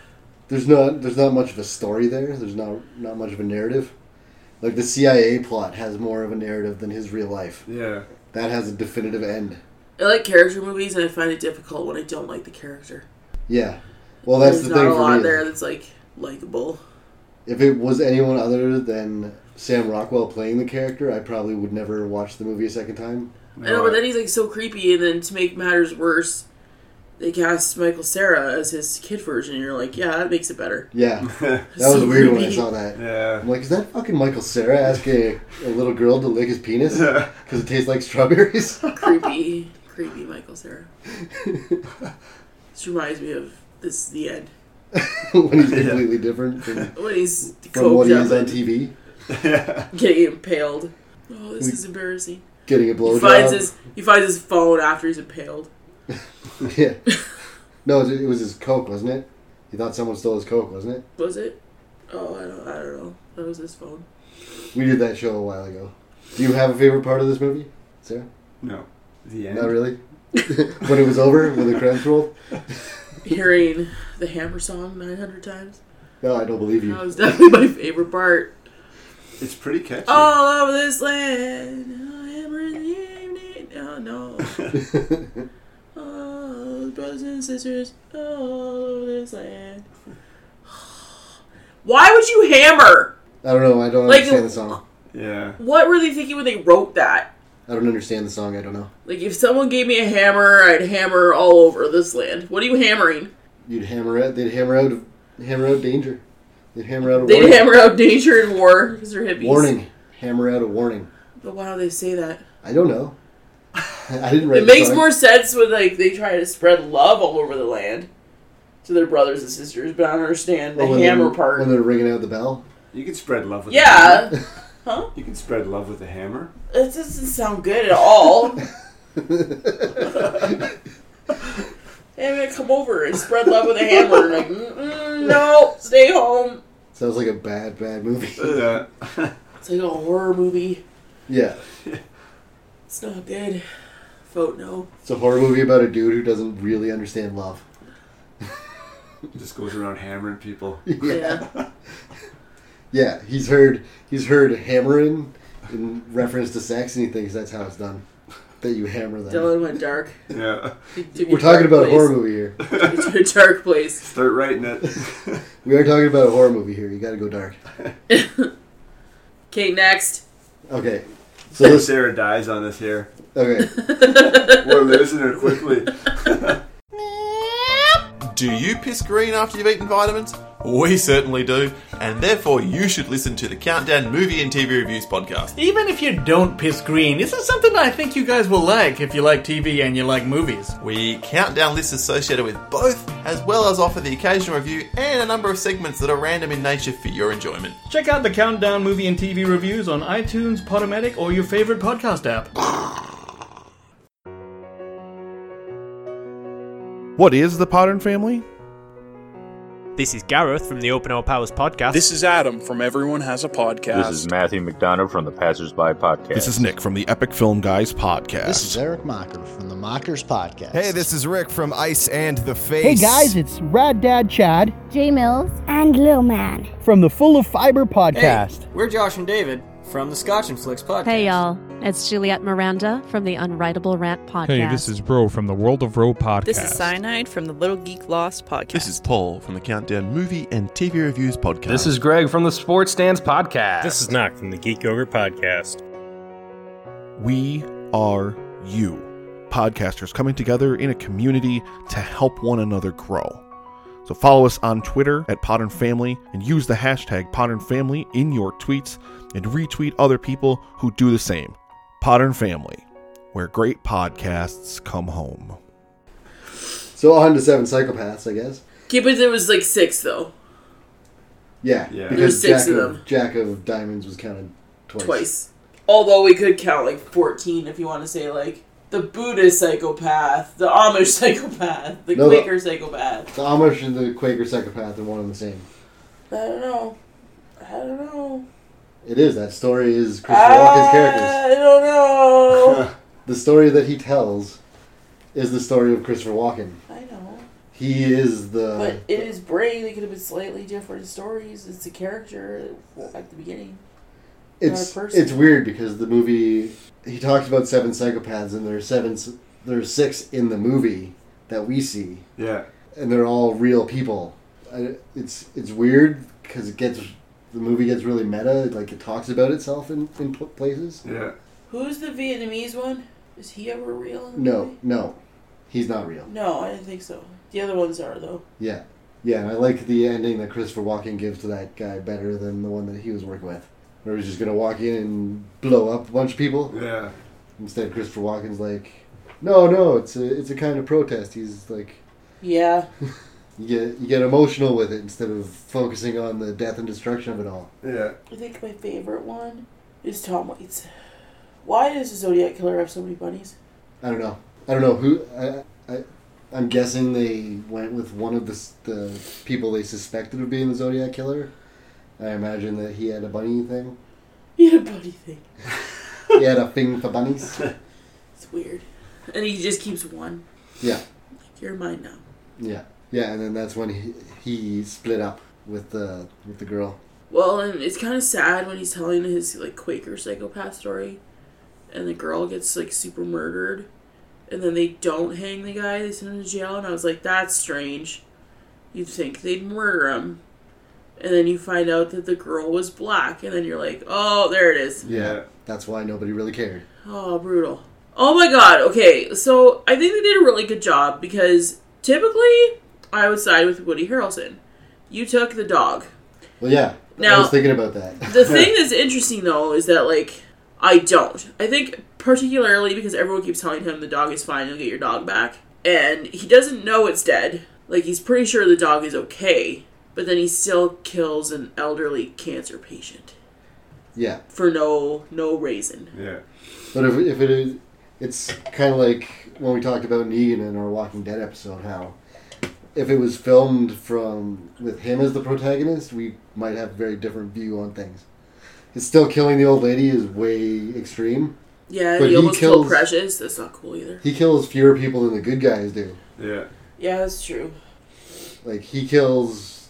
A: there's not there's not much of a story there. There's not not much of a narrative. Like the CIA plot has more of a narrative than his real life.
C: Yeah.
A: That has a definitive end.
B: I like character movies, and I find it difficult when I don't like the character.
A: Yeah. Well, that's
B: There's
A: the
B: not
A: thing
B: a
A: for
B: lot
A: me.
B: there that's like likable.
A: If it was anyone other than Sam Rockwell playing the character, I probably would never watch the movie a second time.
B: I know, but then he's like so creepy, and then to make matters worse, they cast Michael Sarah as his kid version, and you're like, yeah, that makes it better.
A: Yeah.
C: yeah.
A: That was
B: So
A: weird when I
B: creepy.
A: saw that. I'm
C: Yeah.
A: like, is that fucking Michael Sarah asking a, a little girl to lick his penis because it tastes like strawberries?
B: creepy, creepy Michael Sarah. this reminds me of this the end
A: when he's
C: Yeah.
A: completely different from,
B: when he's
A: from what
B: coked
A: he is
B: up
A: on TV,
B: and getting impaled. Oh, this is embarrassing.
A: getting a
B: He finds his
A: blowjob.
B: he finds his phone after he's impaled.
A: Yeah. No, it was- it was his coke, wasn't it? He thought someone stole his coke, wasn't it?
B: Was it? Oh, I don't, I don't know. That was his phone.
A: We did that show a while ago. Do you have a favorite part of this movie, Sarah?
C: No. The end.
A: Not really. when it was over, when the credits rolled.
B: Hearing the Hammer song 900 times.
A: No, I don't believe
B: That
A: you.
B: was definitely my favorite part.
C: It's pretty catchy.
B: All over this land, a hammer in the evening. Oh, no. Oh, brothers and sisters, all over this land. Why would you hammer?
A: I don't know. I don't
B: Like- uh,
A: understand the song.
C: Yeah.
B: What were they thinking when they wrote that?
A: I don't understand the song. I don't know.
B: Like, if someone gave me a hammer, I'd hammer all over this land. What are you hammering?
A: You'd hammer out. They'd hammer out. Hammer out danger. They'd hammer out a
B: They'd
A: warning.
B: hammer out danger and war because they're hippies.
A: warning. Hammer out a warning.
B: But why do they say that?
A: I don't know. I didn't write
B: It
A: the
B: makes
A: song.
B: more sense when like they try to spread love all over the land to their brothers and sisters, but I don't understand the
A: Well, Oh, when
B: hammer
A: they're-
B: part.
A: when they're ringing out the bell.
C: You can spread love with A hammer.
B: yeah, huh?
C: You can spread love with a hammer.
B: That doesn't sound good at all. Hey, I'm gonna come over and spread love with a hammer. And like, Mm-mm, no, stay home.
A: Sounds like a bad, bad movie.
C: Uh,
B: It's like a horror movie.
A: yeah,
B: It's not good. Vote no.
A: it's a horror movie about a dude who doesn't really understand love.
C: just goes around hammering people.
B: Yeah.
A: Yeah, he's heard he's heard hammering in reference to sex, and he thinks that's how it's done. That you hammer them.
B: Dylan went dark.
C: Yeah.
B: He took
A: We're
B: a
A: talking
B: dark
A: about a
B: place.
A: horror movie here.
B: He took a dark place.
C: Start writing it.
A: We are talking about a horror movie here. You got to go dark.
B: Okay, next.
A: Okay, so
C: so
A: this
C: Sarah dies on us here.
A: okay.
C: We're losing her quickly.
F: Do you piss green after you've eaten vitamins? We certainly do, and therefore you should listen to the Countdown Movie and TV Reviews podcast.
G: Even if you don't piss green, this is something I think you guys will like if you like TV and you like movies.
F: We count down lists associated with both, as well as offer the occasional review and a number of segments that are random in nature for your enjoyment.
G: Check out the Countdown movie and TV reviews on iTunes, Podomatic, or your favorite podcast app.
H: What is the Podern family?
I: This is Gareth from the Open All Powers podcast.
J: This is Adam from Everyone Has a Podcast.
K: This is Matthew McDonough from the Passersby Podcast.
H: This is Nick from the Epic Film Guys podcast.
J: Eric Mocker from the Mockers Podcast.
F: Hey, this is Rick from Ice and the Face.
J: Hey guys, it's Rad Dad Chad
E: J Mills and Lil Man.
J: from the Full of Fiber Podcast.
G: We're Josh and David from the Scotch and Flicks podcast.
E: Hey y'all, it's Juliette Miranda from the Unwritable Rant podcast. Hey, this is
I: This is Cyanide from the Little Geek Lost podcast.
F: This is Paul from the Countdown Movie and TV Reviews podcast.
K: Greg from the Sports Stands Podcast.
I: This is Knock from the Geek Ogre podcast.
H: We are you, podcasters coming together in a community to help one another grow. So follow us on Twitter at Podern Family and use the hashtag Podern Family in your tweets and retweet other people who do the same. Podern Family, where great podcasts come home.
A: So on to seven psychopaths, I guess.
B: Okay, but there was like six though.
A: Yeah,
C: Yeah.
A: because
B: There's six
A: Jack
B: of
A: of,
B: them.
A: Jack of Diamonds was counted twice.
B: Twice. Although we could count like 14 if you want to say like the Buddhist psychopath, the Amish psychopath, the
A: No, the-
B: Quaker psychopath.
A: The Amish and the Quaker psychopath are one and the same.
B: I don't know. I don't know.
A: It is that story is Christopher
B: Ah!
A: Walken's characters.
B: I don't know.
A: The story that he tells is the story of Christopher Walken.
B: I know.
A: He is the
B: But in his brain, they could have been slightly different stories. It's a character at the beginning.
A: it's
B: person.
A: it's weird because the movie he talks about seven psychopaths and there are seven s- there are six in the movie that we see
C: Yeah.
A: and they're all real people. I, it's it's weird because it gets the movie gets really meta. Like it talks about itself in in pl- places.
C: Yeah.
B: Who's the Vietnamese one? Is he ever real? In the
A: No,
B: movie?
A: no, he's not real.
B: No, I didn't think so. The other ones are though.
A: Yeah, yeah. And I like the ending that Christopher Walken gives to that guy better than the one that he was working with. Where he's just gonna walk in and blow up a bunch of people.
C: Yeah.
A: Instead, Christopher Walken's like, "No, no, it's a it's a kind of protest." He's like,
B: Yeah.
A: you get you get emotional with it instead of focusing on the death and destruction of it all.
C: Yeah.
B: I think my favorite one is Tom Waits. Why does the Zodiac Killer have so many bunnies?
A: I don't know. I don't know who. I, I, I'm guessing they went with one of the, s- the people they suspected of being the Zodiac killer. I imagine that he had a bunny thing.
B: He had a bunny thing.
A: He had a thing for bunnies.
B: It's weird. And he just keeps one.
A: Yeah,
B: Like, You're mine now.
A: yeah, yeah. And then that's when he, he split up with the with the girl.
B: Well, and it's kind of sad when he's telling his like Quaker psychopath story, and the girl gets like super murdered, and then they don't hang the guy; they send him to jail. And I was like, that's strange. You'd think they'd murder him, and then you find out that the girl was black, and then you're like, oh, there it is.
C: Yeah.
A: That's why nobody really cared.
B: Oh, brutal. Oh my god. Okay, so I think they did a really good job because typically I would side with Woody Harrelson. You took the dog.
A: Well, yeah. I
B: Now-
A: was thinking about that.
B: The thing that's interesting though is that like I don't. I think particularly because everyone keeps telling him the dog is fine, you'll get your dog back. And he doesn't know it's dead. Like he's pretty sure the dog is okay, but then he still kills an elderly cancer patient
A: Yeah.
B: for no no reason.
C: Yeah.
A: But if, if it is, it's kind of like when we talked about Negan in our Walking Dead episode, how if it was filmed from with him as the protagonist, we might have a very different view on things. It's still killing the old lady is way extreme.
B: Yeah,
A: But
B: he
A: he
B: almost killed
A: kills-
B: Precious. That's not cool either.
A: He kills fewer people than the good guys do.
C: Yeah.
B: Yeah, that's true.
A: Like he kills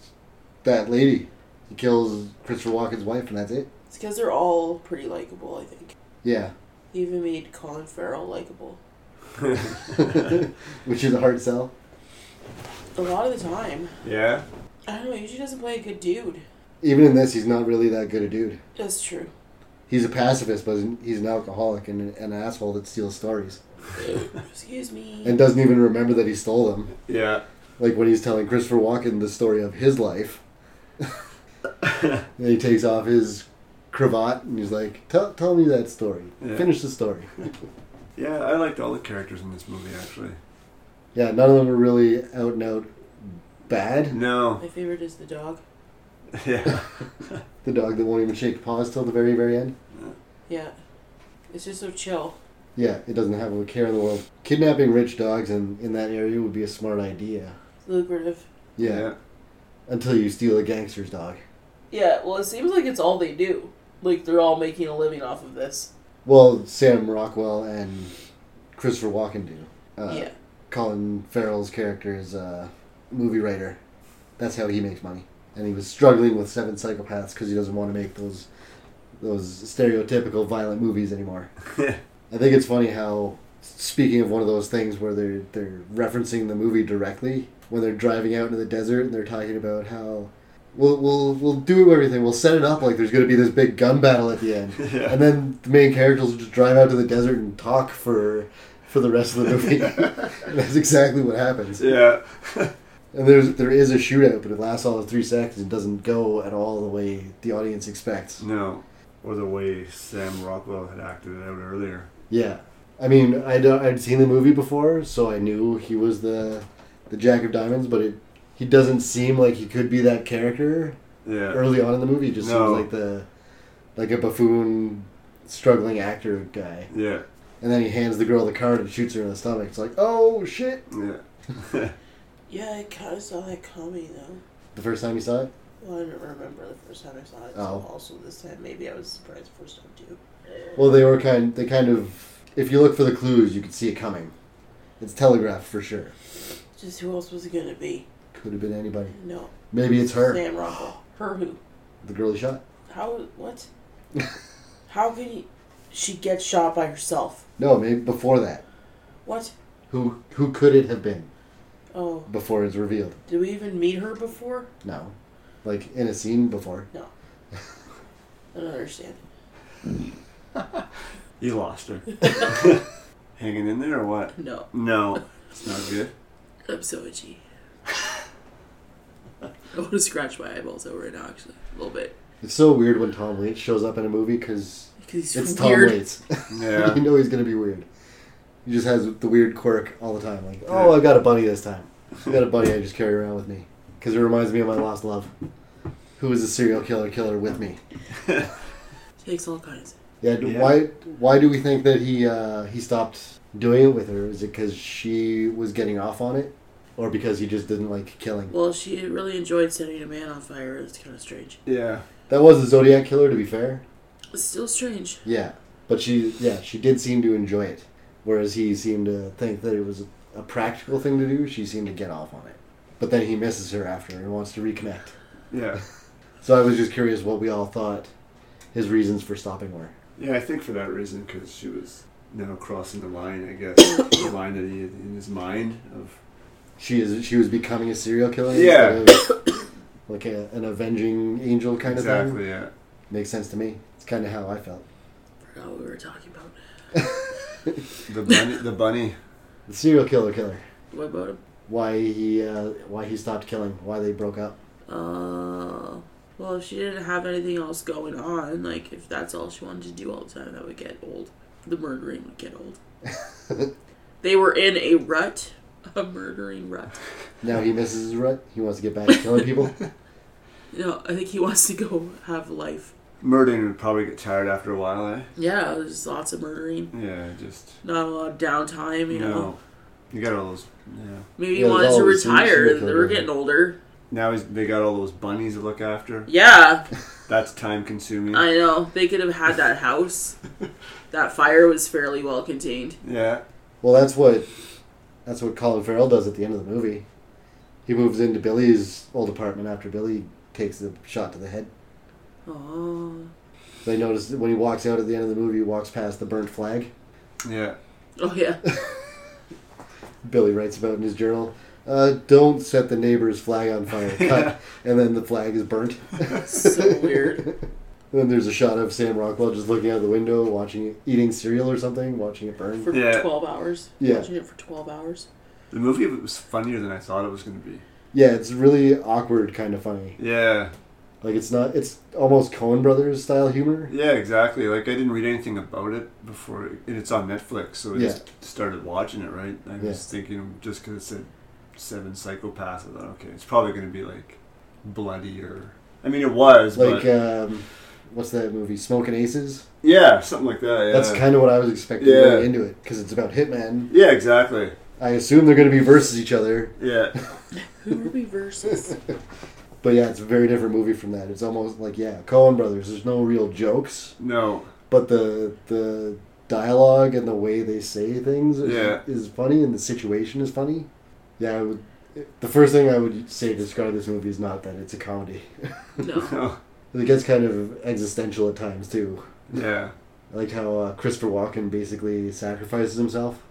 A: that lady. He kills Christopher Walken's wife, and that's it.
B: It's because they're all pretty likable. I think.
A: Yeah,
B: He even made Colin Farrell likable.
A: which is a hard sell.
B: A lot of the time.
C: Yeah.
B: I don't know. He usually doesn't play a good dude.
A: Even in this, he's not really that good a dude.
B: That's true.
A: He's a pacifist, but he's an alcoholic and an asshole that steals stories
B: Excuse me.
A: and doesn't even remember that he stole them.
C: Yeah.
A: Like when he's telling Christopher Walken the story of his life, and he takes off his cravat and he's like, "Tell, tell me that story.
C: Yeah.
A: Finish the story."
C: Yeah, I liked all the characters in this movie actually.
A: yeah, none of them are really out and out bad.
C: No.
B: My favorite is the dog.
C: Yeah.
A: The dog that won't even shake paws till the very, very end.
B: Yeah. It's just so chill.
A: Yeah, it doesn't have a care in the world. Kidnapping rich dogs in, in that area would be a smart idea.
B: It's lucrative.
A: Yeah. Until you steal a gangster's dog.
B: Yeah, well, it seems like it's all they do. Like, they're all making a living off of this.
A: Well, Sam Rockwell and Christopher Walken do. Uh,
B: Yeah.
A: Colin Farrell's character is a movie writer. That's how he makes money. And he was struggling with Seven Psychopaths because he doesn't want to make those those stereotypical violent movies anymore. I think it's funny how speaking of one of those things where they're they're referencing the movie directly when they're driving out into the desert and they're talking about how we'll we'll we'll do everything we'll set it up like there's going to be this big gun battle at the end
C: Yeah.
A: and then the main characters will just drive out to the desert and talk for for the rest of the movie And that's exactly what happens
C: Yeah.
A: and there's there is a shootout but it lasts all of three seconds and doesn't go at all the way the audience expects
C: No. Or the way Sam Rockwell had acted it out earlier.
A: Yeah, I mean, I'd, uh, I'd seen the movie before, so I knew he was the the Jack of Diamonds. But it he doesn't seem like he could be that character
C: Yeah.
A: early on in the movie. He just
C: No.
A: seems like the like a buffoon, struggling actor guy.
C: Yeah.
A: And then he hands the girl the card and shoots her in the stomach. It's like, oh shit!
C: Yeah.
B: Yeah, I kind of saw that coming, though.
A: The first time you saw it,
B: Well, I don't remember the first time I saw it, so
A: Oh.
B: also this time maybe I was surprised the first time, too.
A: well, they were kind. They kind of. If you look for the clues, you could see it coming. It's telegraphed for sure.
B: Just who else was it going to be?
A: Could have been anybody.
B: No.
A: Maybe it's her,
B: Sam Rockwell. Her who?
A: the girl he shot.
B: How? What? How can he, she get shot by herself?
A: No, maybe before that.
B: What?
A: Who who could it have been
B: Oh,
A: before it's revealed?
B: did we even meet her before?
A: No, like in a scene before.
B: No. I don't understand.
C: You lost her. Hanging in there or what?
B: No.
C: No. It's not good.
B: I'm so itchy. I want to scratch my eyeballs out right now, actually, a little bit.
A: It's so weird when Tom Waits shows up in a movie because
B: 'Cause he's
A: it's
B: weird.
A: Tom Waits.
C: Yeah.
A: you know he's gonna be weird. He just has the weird quirk all the time. Like, oh, I got a buddy this time. I got a buddy I just carry around with me because it reminds me of my lost love, who was a serial killer killer with me.
B: takes all kinds.
A: Yeah, d Why why do we think that he uh, he stopped doing it with her? Is it because she was getting off on it, or because he just didn't like killing?
B: Well, she really enjoyed setting a man on fire. It's kind of strange.
C: Yeah.
A: That was a Zodiac killer, to be fair.
B: It's still strange.
A: Yeah, but she, yeah, she did seem to enjoy it, whereas he seemed to think that it was a practical thing to do. She seemed to get off on it, but then he misses her after and wants to reconnect.
C: Yeah.
A: So I was just curious what we all thought his reasons for stopping were.
C: Yeah, I think for that reason, because she was now crossing the line, I guess. the line that he had in his mind of.
A: She is she was becoming a serial killer.
C: Yeah.
A: instead of, like a, an avenging angel kind of
C: exactly,
A: thing.
C: yeah.
A: Makes sense to me. It's kind of how I felt.
B: I forgot what we were talking about.
C: The bunny. The bunny.
A: The serial killer killer.
B: What about him?
A: Why he uh, why he stopped killing? Why they broke up?
B: Uh, well, well, if she didn't have anything else going on, like if that's all she wanted to do all the time, that would get old. The murdering would get old. they were in a rut, a murdering rut.
A: Now he misses his rut. He wants to get back to killing people.
B: No, I think he wants to go have life.
C: Murdering would probably get tired after a while, eh?
B: Yeah, there's lots of murdering.
C: Yeah, just
B: Not a lot of downtime, you
C: no.
B: know.
C: You got all those. Yeah.
B: Maybe he wanted to retire. They were getting older.
C: Now he's, they got all those bunnies to look after.
B: Yeah,
C: That's time consuming.
B: I know. They could have had that house. that fire was fairly well contained.
C: Yeah.
A: Well, that's what that's what Colin Farrell does at the end of the movie. He moves into Billy's old apartment after Billy takes the shot to the head.
B: Oh.
A: So I noticed that when he walks out at the end of the movie, he walks past the burnt flag.
C: Yeah.
B: Oh yeah.
A: Billy writes about in his journal. Uh, don't set the neighbor's flag on fire. Cut.
B: Yeah.
A: And then the flag is burnt.
B: so weird.
A: And then there's a shot of Sam Rockwell just looking out the window, watching it, eating cereal or something, watching it burn.
B: For twelve hours.
A: Yeah.
B: Watching it for twelve hours.
C: The movie was funnier than I thought it was going to be.
A: Yeah, it's really awkward, kind of funny.
C: Yeah.
A: Like it's not. It's almost Coen Brothers style humor.
C: Yeah, exactly. Like I didn't read anything about it before, and it's on Netflix, so I
A: Yeah.
C: just started watching it. Right, I was
A: Yeah.
C: thinking just because it said seven psychopaths, I thought, okay, it's probably going to be like bloody or. I mean, it was
A: Like,
C: but,
A: um, what's that movie? Smoking Aces.
C: yeah, something like that. Yeah.
A: That's kind of what I was expecting
C: Yeah.
A: going into it because it's about hitmen.
C: Yeah, exactly.
A: I assume they're going to be versus each other,
C: Yeah,
B: Who are we versus?
A: but yeah, it's a very different movie from that. It's almost like yeah, Coen Brothers. There's no real jokes,
C: no,
A: but the the dialogue and the way they say things is,
C: Yeah.
A: is funny, and the situation is funny. Yeah, I would. The first thing I would say to describe this movie is not that it's a comedy.
B: no.
C: no,
A: It gets kind of existential at times too.
C: yeah,
A: I liked how uh, Christopher Walken basically sacrifices himself.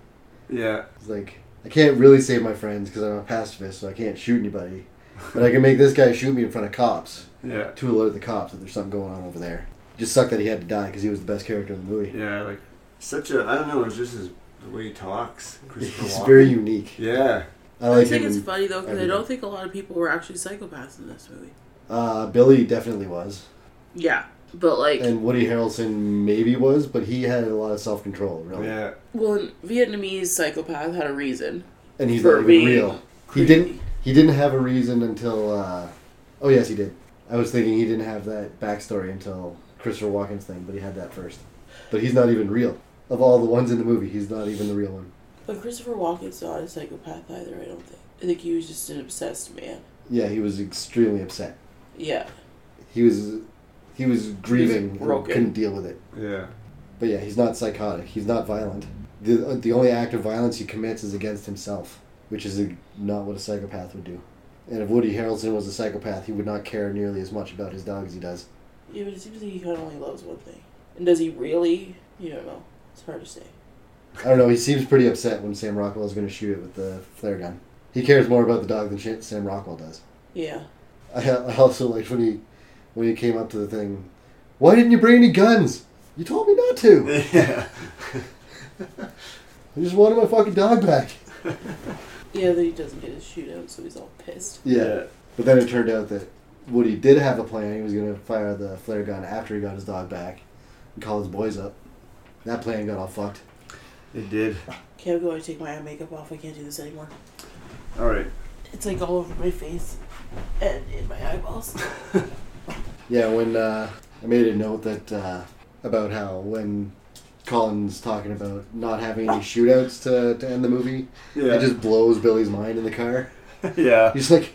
C: yeah,
A: He's like, I can't really save my friends because I'm a pacifist, so I can't shoot anybody. But I can make this guy shoot me in front of cops
C: yeah,
A: to alert the cops that there's something going on over there. Just sucked that he had to die because he was the best character in the movie.
C: yeah. Like such a I don't know. It's just his, the way he talks. Christopher
A: He's
C: Walken.
A: very unique.
C: Yeah,
A: I
B: I
A: like
B: think
A: him.
B: it's
A: in
B: funny though because I
A: everything.
B: don't think a lot of people were actually psychopaths in this movie.
A: Uh, Billy definitely was,
B: Yeah, but like,
A: and Woody Harrelson maybe was, but he had a lot of self control, really.
C: yeah,
B: well, a Vietnamese psychopath had a reason.
A: and he's
B: For
A: not even
B: being
A: real. He
B: creepy.
A: didn't. He didn't have a reason until. Uh, oh yes, he did. I was thinking he didn't have that backstory until Christopher Walken's thing, but he had that first. But he's not even real. Of all the ones in the movie, he's not even the real one.
B: But Christopher Walken's not a psychopath either. I don't think. I think he was just an obsessed man.
A: Yeah, he was extremely upset.
B: Yeah.
A: He was, he was grieving. and
B: broken.
A: couldn't deal with it.
C: yeah.
A: But yeah, he's not psychotic. He's not violent. the The only act of violence he commits is against himself, which is a, not what a psychopath would do. And if Woody Harrelson was a psychopath, he would not care nearly as much about his dog as he does.
B: Yeah, but it seems like he kind of only loves one thing. And does he really? You don't know. It's hard to say.
A: I don't know. He seems pretty upset when Sam Rockwell is going to shoot it with the flare gun. He cares more about the dog than Shan- Sam Rockwell does.
B: Yeah.
A: I, I also liked when he when he came up to the thing. Why didn't you bring any guns? You told me not to.
C: Yeah.
A: I just wanted my fucking dog back.
B: Yeah, that he doesn't get his shootout, so he's all pissed.
A: Yeah. But then it turned out that Woody did have a plan. He was going to fire the flare gun after he got his dog back and call his boys up. That plan got all fucked.
C: It did.
B: Okay, I'm going to take my eye makeup off. I can't do this anymore.
C: All right.
B: It's like all over my face and in my eyeballs.
A: Yeah, when uh, I made a note that uh, about how when Colin's talking about not having any shootouts to, to end the movie,
C: Yeah.
A: it just blows Billy's mind in the car.
C: yeah.
A: He's like,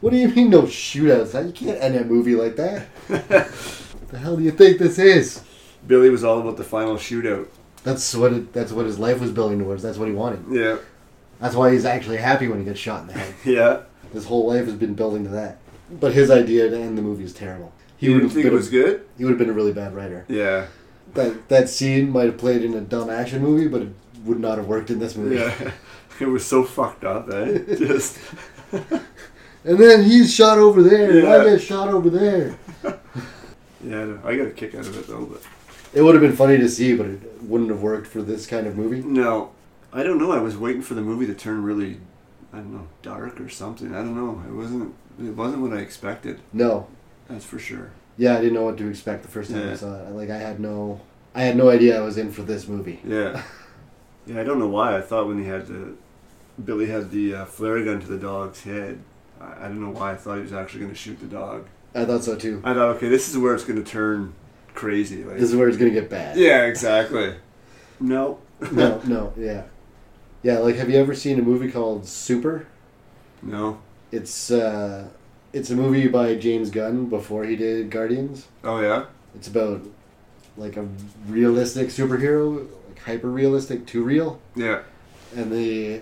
A: "What do you mean no shootouts? You can't end a movie like that. what the hell do you think this is?"
C: Billy was all about the final shootout.
A: That's what it, that's what his life was building towards. That's what he wanted.
C: Yeah.
A: That's why he's actually happy when he gets shot in the head.
C: Yeah.
A: His whole life has been building to that. But his idea to end the movie is terrible. He
C: you
A: would
C: didn't
A: have
C: think it
A: been,
C: was good?
A: he would have been a really bad writer.
C: Yeah.
A: That that scene might have played in a dumb action movie, but it would not have worked in this movie.
C: Yeah. It was so fucked up, eh? Just.
A: And then he's shot over there, and I
C: Yeah.
A: get shot over there.
C: Yeah, I know. I got a kick out of it though, but.
A: It would have been funny to see, but it wouldn't have worked for this kind of movie.
C: No. I don't know. I was waiting for the movie to turn really, I don't know, dark or something. I don't know. It wasn't. It wasn't what I expected.
A: No.
C: That's for sure.
A: Yeah, I didn't know what to expect the first time
C: Yeah.
A: I saw it. I- Like I had no, I had no idea I was in for this movie.
C: Yeah. Yeah, I don't know why. I thought when he had the Billy had the uh, flare gun to the dog's head. I, I don't know why I thought he was actually going to shoot the dog.
A: I thought so too.
C: I thought, okay, this is where it's going to turn crazy. Like,
A: This is where it's gonna get bad.
C: Yeah, exactly. No.
A: no, no, yeah, yeah. Like, have you ever seen a movie called Super?
C: No.
A: It's uh, it's a movie by James Gunn before he did Guardians.
C: Oh yeah.
A: It's about like a realistic superhero, like hyper realistic, too real,
C: Yeah.
A: and the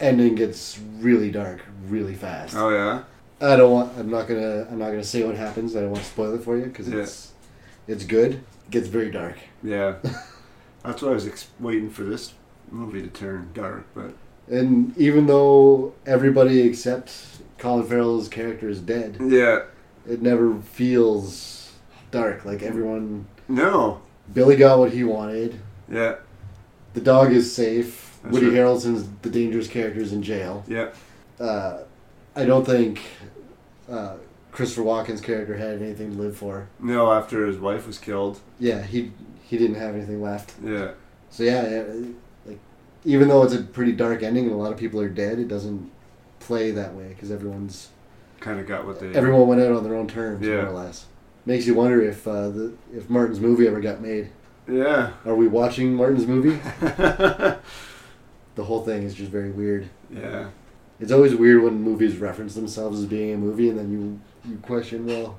A: ending gets really dark really fast.
C: Oh yeah.
A: I don't want. I'm not gonna. I'm not gonna say what happens. I don't want to spoil it for you because
C: Yeah.
A: it's it's good. It gets very dark.
C: Yeah. That's why I was ex- waiting for this movie to turn dark, but
A: And even though everybody except Colin Farrell's character is dead,
C: yeah.
A: it never feels dark. Like everyone,
C: No.
A: Billy got what he wanted.
C: Yeah.
A: The dog is safe.
C: That's
A: Woody
C: right.
A: Harrelson's the dangerous character is in jail.
C: Yeah.
A: Uh, I don't think uh, Christopher Walken's character had anything to live for.
C: No, after his wife was killed.
A: Yeah, he he didn't have anything left.
C: Yeah.
A: So yeah, it- like even though it's a pretty dark ending and a lot of people are dead, it doesn't play that way because everyone's
C: Kind of got what they
A: everyone went out on their own terms,
C: Yeah.
A: more or less. Makes you wonder if uh, the, if Martin's movie ever got made.
C: Yeah.
A: Are we watching Martin's movie? the whole thing is just very weird.
C: Yeah.
A: It's always weird when movies reference themselves as being a movie, and then you you question, well,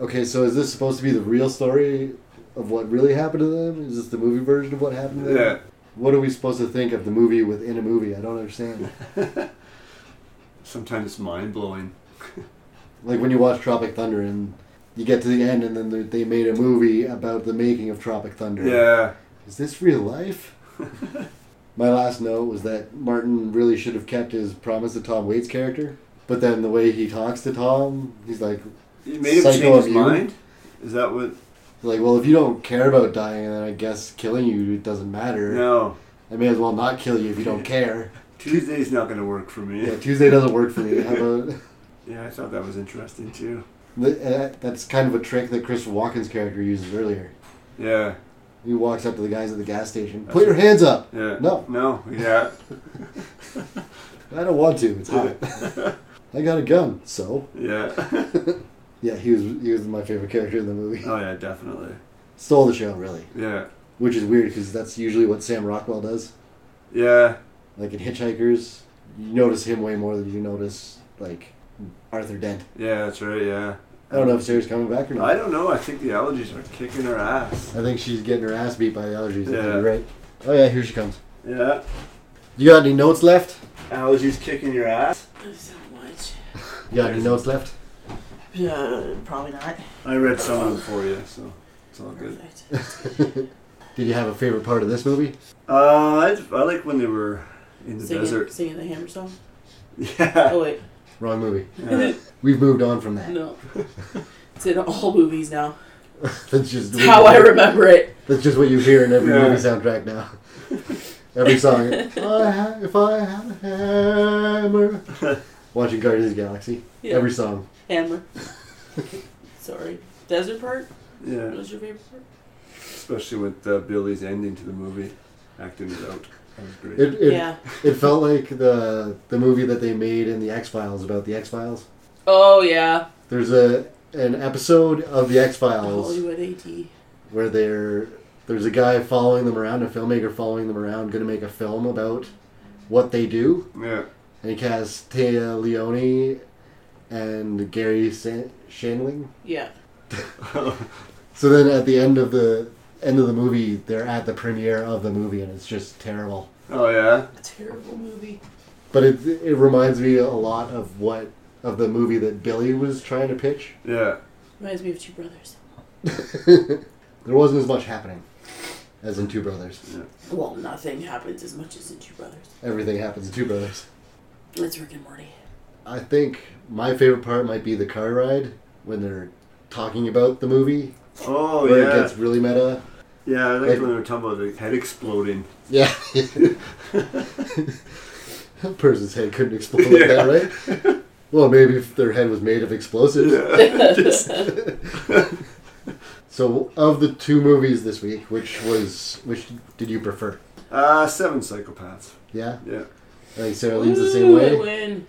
A: okay, so is this supposed to be the real story of what really happened to them? Is this the movie version of what happened to them?
C: Yeah.
A: What are we supposed to think of the movie within a movie? I don't understand.
C: Sometimes it's mind blowing.
A: like when you watch Tropic Thunder and you get to the end, and then they- they made a movie about the making of Tropic Thunder.
C: Yeah.
A: Is this real life? My last note was that Martin really should have kept his promise to Tom Waits' character, but then the way he talks to Tom, he's like,
C: You made him
A: Psycho
C: change his
A: of you.
C: mind? Is that what?
A: like, well, if you don't care about dying, then I guess killing you doesn't matter.
C: No.
A: I may as well not kill you if you don't care.
C: Tuesday's not going to work for me.
A: Yeah, Tuesday doesn't work for me. How about
C: Yeah, I thought that was interesting too.
A: Th- uh, that's kind of a trick that Christopher Walken's character uses earlier.
C: Yeah.
A: He walks up to the guys at the gas station.
C: That's
A: Put your
C: right.
A: hands up.
C: Yeah.
A: No,
C: No. Yeah.
A: I don't want to. It's hot. I got a gun. So.
C: yeah.
A: Yeah, he was he was my favorite character in the movie.
C: Oh yeah, definitely.
A: Stole the show, really.
C: Yeah.
A: Which is weird because that's usually what Sam Rockwell does.
C: Yeah.
A: Like in Hitchhikers, you notice him way more than you notice like Arthur Dent.
C: Yeah, that's right. Yeah.
A: I don't know if Sarah's coming back or not.
C: I don't know. I think the allergies are kicking her ass.
A: I think she's getting her ass beat by the allergies. I think
C: Yeah.
A: You're right. Oh yeah, here she comes.
C: Yeah.
A: You got any notes left?
C: Allergies kicking your ass.
B: So much.
A: You got any notes left?
B: Yeah, probably not.
C: I read some of them for you, so it's all good.
A: Did you have a favorite part of this movie?
C: Uh, I, I like when they were in the
B: Singing,
C: desert.
B: singing the hammer song.
C: Yeah.
B: Oh wait,
A: Wrong movie.
C: Yeah.
A: We've moved on from that.
B: no. It's in all movies now.
A: That's just
B: That's how I remember it.
A: That's just what you hear in every
C: Yeah.
A: movie soundtrack now. every song. if I ha- if I had a hammer. Watching Guardians of the Galaxy.
B: Yeah.
A: Every song.
B: Hammer. Sorry. Desert part? What
C: Yeah.
B: was your favorite part?
C: Especially with uh, Billy's ending to the movie, acting it out. That was great.
A: It it,
B: Yeah.
A: it felt like the the movie that they made in the X Files about the X Files.
B: Oh yeah.
A: There's a an episode of the X Files
B: Hollywood AD.
A: where they're there's a guy following them around, a filmmaker following them around, going to make a film about what they do,
C: yeah.
A: and he casts Taya Leone and Gary San- Shandling.
B: Yeah.
A: So then at the end of the end of the movie, they're at the premiere of the movie, and it's just terrible.
C: Oh yeah.
B: A terrible movie.
A: But it it reminds me a lot of what of the movie that Billy was trying to pitch.
C: Yeah.
B: Reminds me of Two Brothers.
A: There wasn't as much happening as in Two Brothers.
B: Well, nothing happens as much as in Two Brothers.
A: Everything happens in Two Brothers.
B: That's Rick and Morty.
A: I think my favorite part might be the car ride when they're talking about the movie,
C: Oh
A: where
C: yeah.
A: it gets really meta.
C: Yeah, I
A: Like-
C: liked when they were talking about the head exploding.
A: Yeah. that person's head couldn't explode like that, right? Well, maybe if their head was made of explosives.
C: Yeah, just-
A: so, of the two movies this week, which was which did you prefer?
C: Uh, seven psychopaths.
A: Yeah,
C: Yeah.
A: I think Sarah leans the same
B: Ooh, I
A: way.
B: win.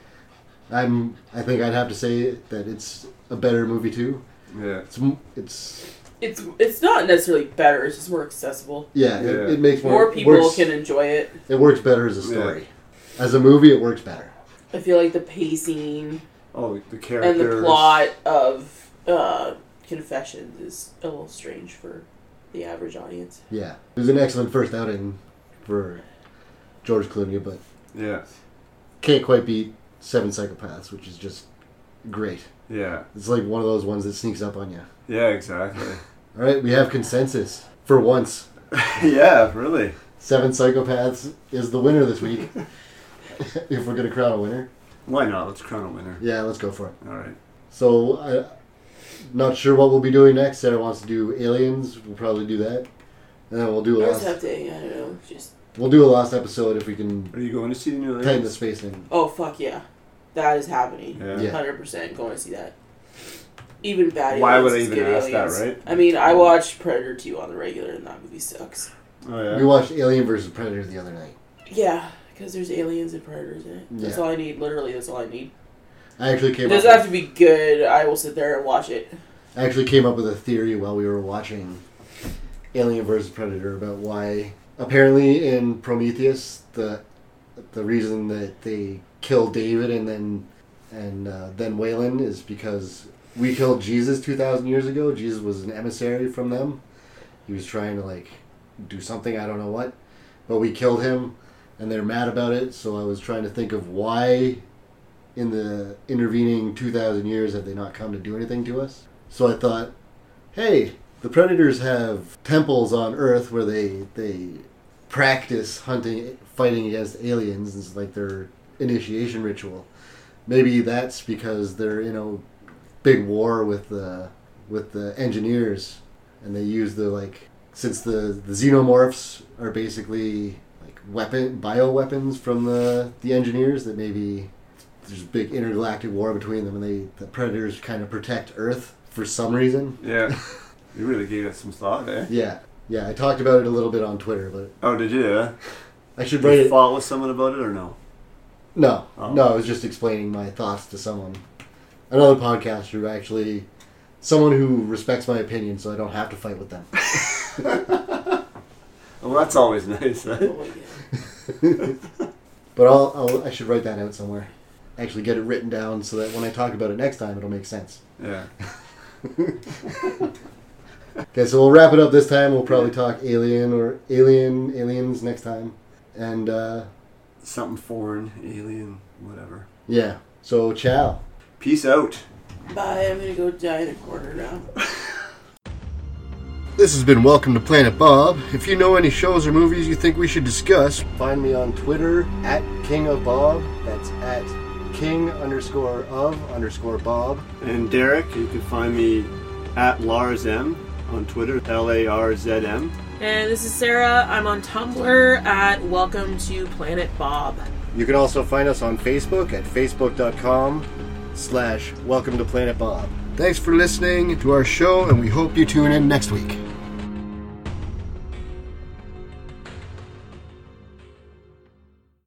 A: I'm. I think I'd have to say that it's a better movie too.
C: Yeah.
A: It's m- it's
B: It's it's not necessarily better. It's just more accessible.
A: yeah. It, it makes more,
B: More people
A: works-
B: can enjoy it.
A: It works better as a story. As a movie, it works better.
B: I feel like the pacing
C: Oh, the
B: and
C: characters.
B: the plot of uh, Confessions is a little strange for the average audience.
A: Yeah, it was an excellent first outing for George Clooney, but
C: Yeah.
A: can't quite beat Seven Psychopaths, which is just great.
C: Yeah.
A: It's like one of those ones that sneaks up on you.
C: Yeah, exactly.
A: All right, we have consensus for once.
C: yeah, really.
A: Seven Psychopaths is the winner this week. if we're gonna crown a winner,
C: Why not? Let's crown a winner.
A: yeah, let's go for it.
C: All right.
A: So, I, not sure what we'll be doing next. Sarah wants to do Aliens. We'll probably do that, and then we'll do a
B: First
A: last.
B: update, I don't know. Just
A: We'll do a last episode if we can
C: Are you going to see the new
A: tighten the
C: aliens?
A: spacing.
B: oh fuck yeah, that is happening.
C: Yeah.
A: Yeah.
B: Hundred percent going to see that. Even bad.
C: Why
B: aliens
C: would I
B: is
C: even
B: good
C: ask that,
B: aliens.
C: right?
B: I mean, I watched Predator Two on the regular, and that movie sucks.
C: Oh,
A: We
C: yeah.
A: watched Alien versus Predator the other night.
B: Yeah, because there's aliens and predators in it. That's
A: Yeah.
B: all I need. Literally, that's all I need.
A: I actually came
B: It
A: up
B: doesn't have to be good. I will sit there and watch it.
A: I actually came up with a theory while we were watching Alien vs Predator about why apparently in Prometheus the the reason that they kill David and then and uh, then Waylon is because we killed Jesus two thousand years ago. Jesus was an emissary from them. He was trying to like do something I don't know what, but we killed him, and they're mad about it. So I was trying to think of why in the intervening 2,000 years have they not come to do anything to us? So I thought, hey, the predators have temples on Earth where they they practice hunting, fighting against aliens. It's like their initiation ritual. Maybe that's because they're in a big war with the with the engineers, and they use the like since the the xenomorphs are basically like weapon bioweapons from the the engineers that maybe there's a big intergalactic war between them, and they the predators kind of protect Earth for some reason.
C: Yeah. You really gave it some thought, eh?
A: Yeah, yeah. I talked about it a little bit on Twitter, but
C: Oh, did you? Yeah?
A: I should
C: Did
A: write
C: you
A: it.
C: follow someone about it or no?
A: No,
C: Oh.
A: no. I was just explaining my thoughts to someone, another podcaster, who actually, someone who respects my opinion, so I don't have to fight with them.
C: Well, that's always nice. eh?
B: Oh, yeah.
A: But I'll, I'll I should write that out somewhere. Actually, get it written down so that when I talk about it next time, it'll make sense.
C: Yeah.
A: Okay, so we'll wrap it up this time. We'll probably talk alien or alien aliens next time, and uh,
C: Something foreign, alien, whatever.
A: yeah. So ciao.
C: Peace out.
B: Bye. I'm gonna go die in a corner now.
A: This has been Welcome to Planet Bob. If you know any shows or movies you think we should discuss, find me on Twitter at King of Bob. That's at King underscore of underscore Bob.
C: And Derek, you can find me at Lars M on Twitter, L A R Z M.
B: And this is Sarah. I'm on Tumblr at Welcome to Planet Bob.
A: You can also find us on Facebook at facebook.com slash welcome to Planet Bob. Thanks for listening to our show, and we hope you tune in next week.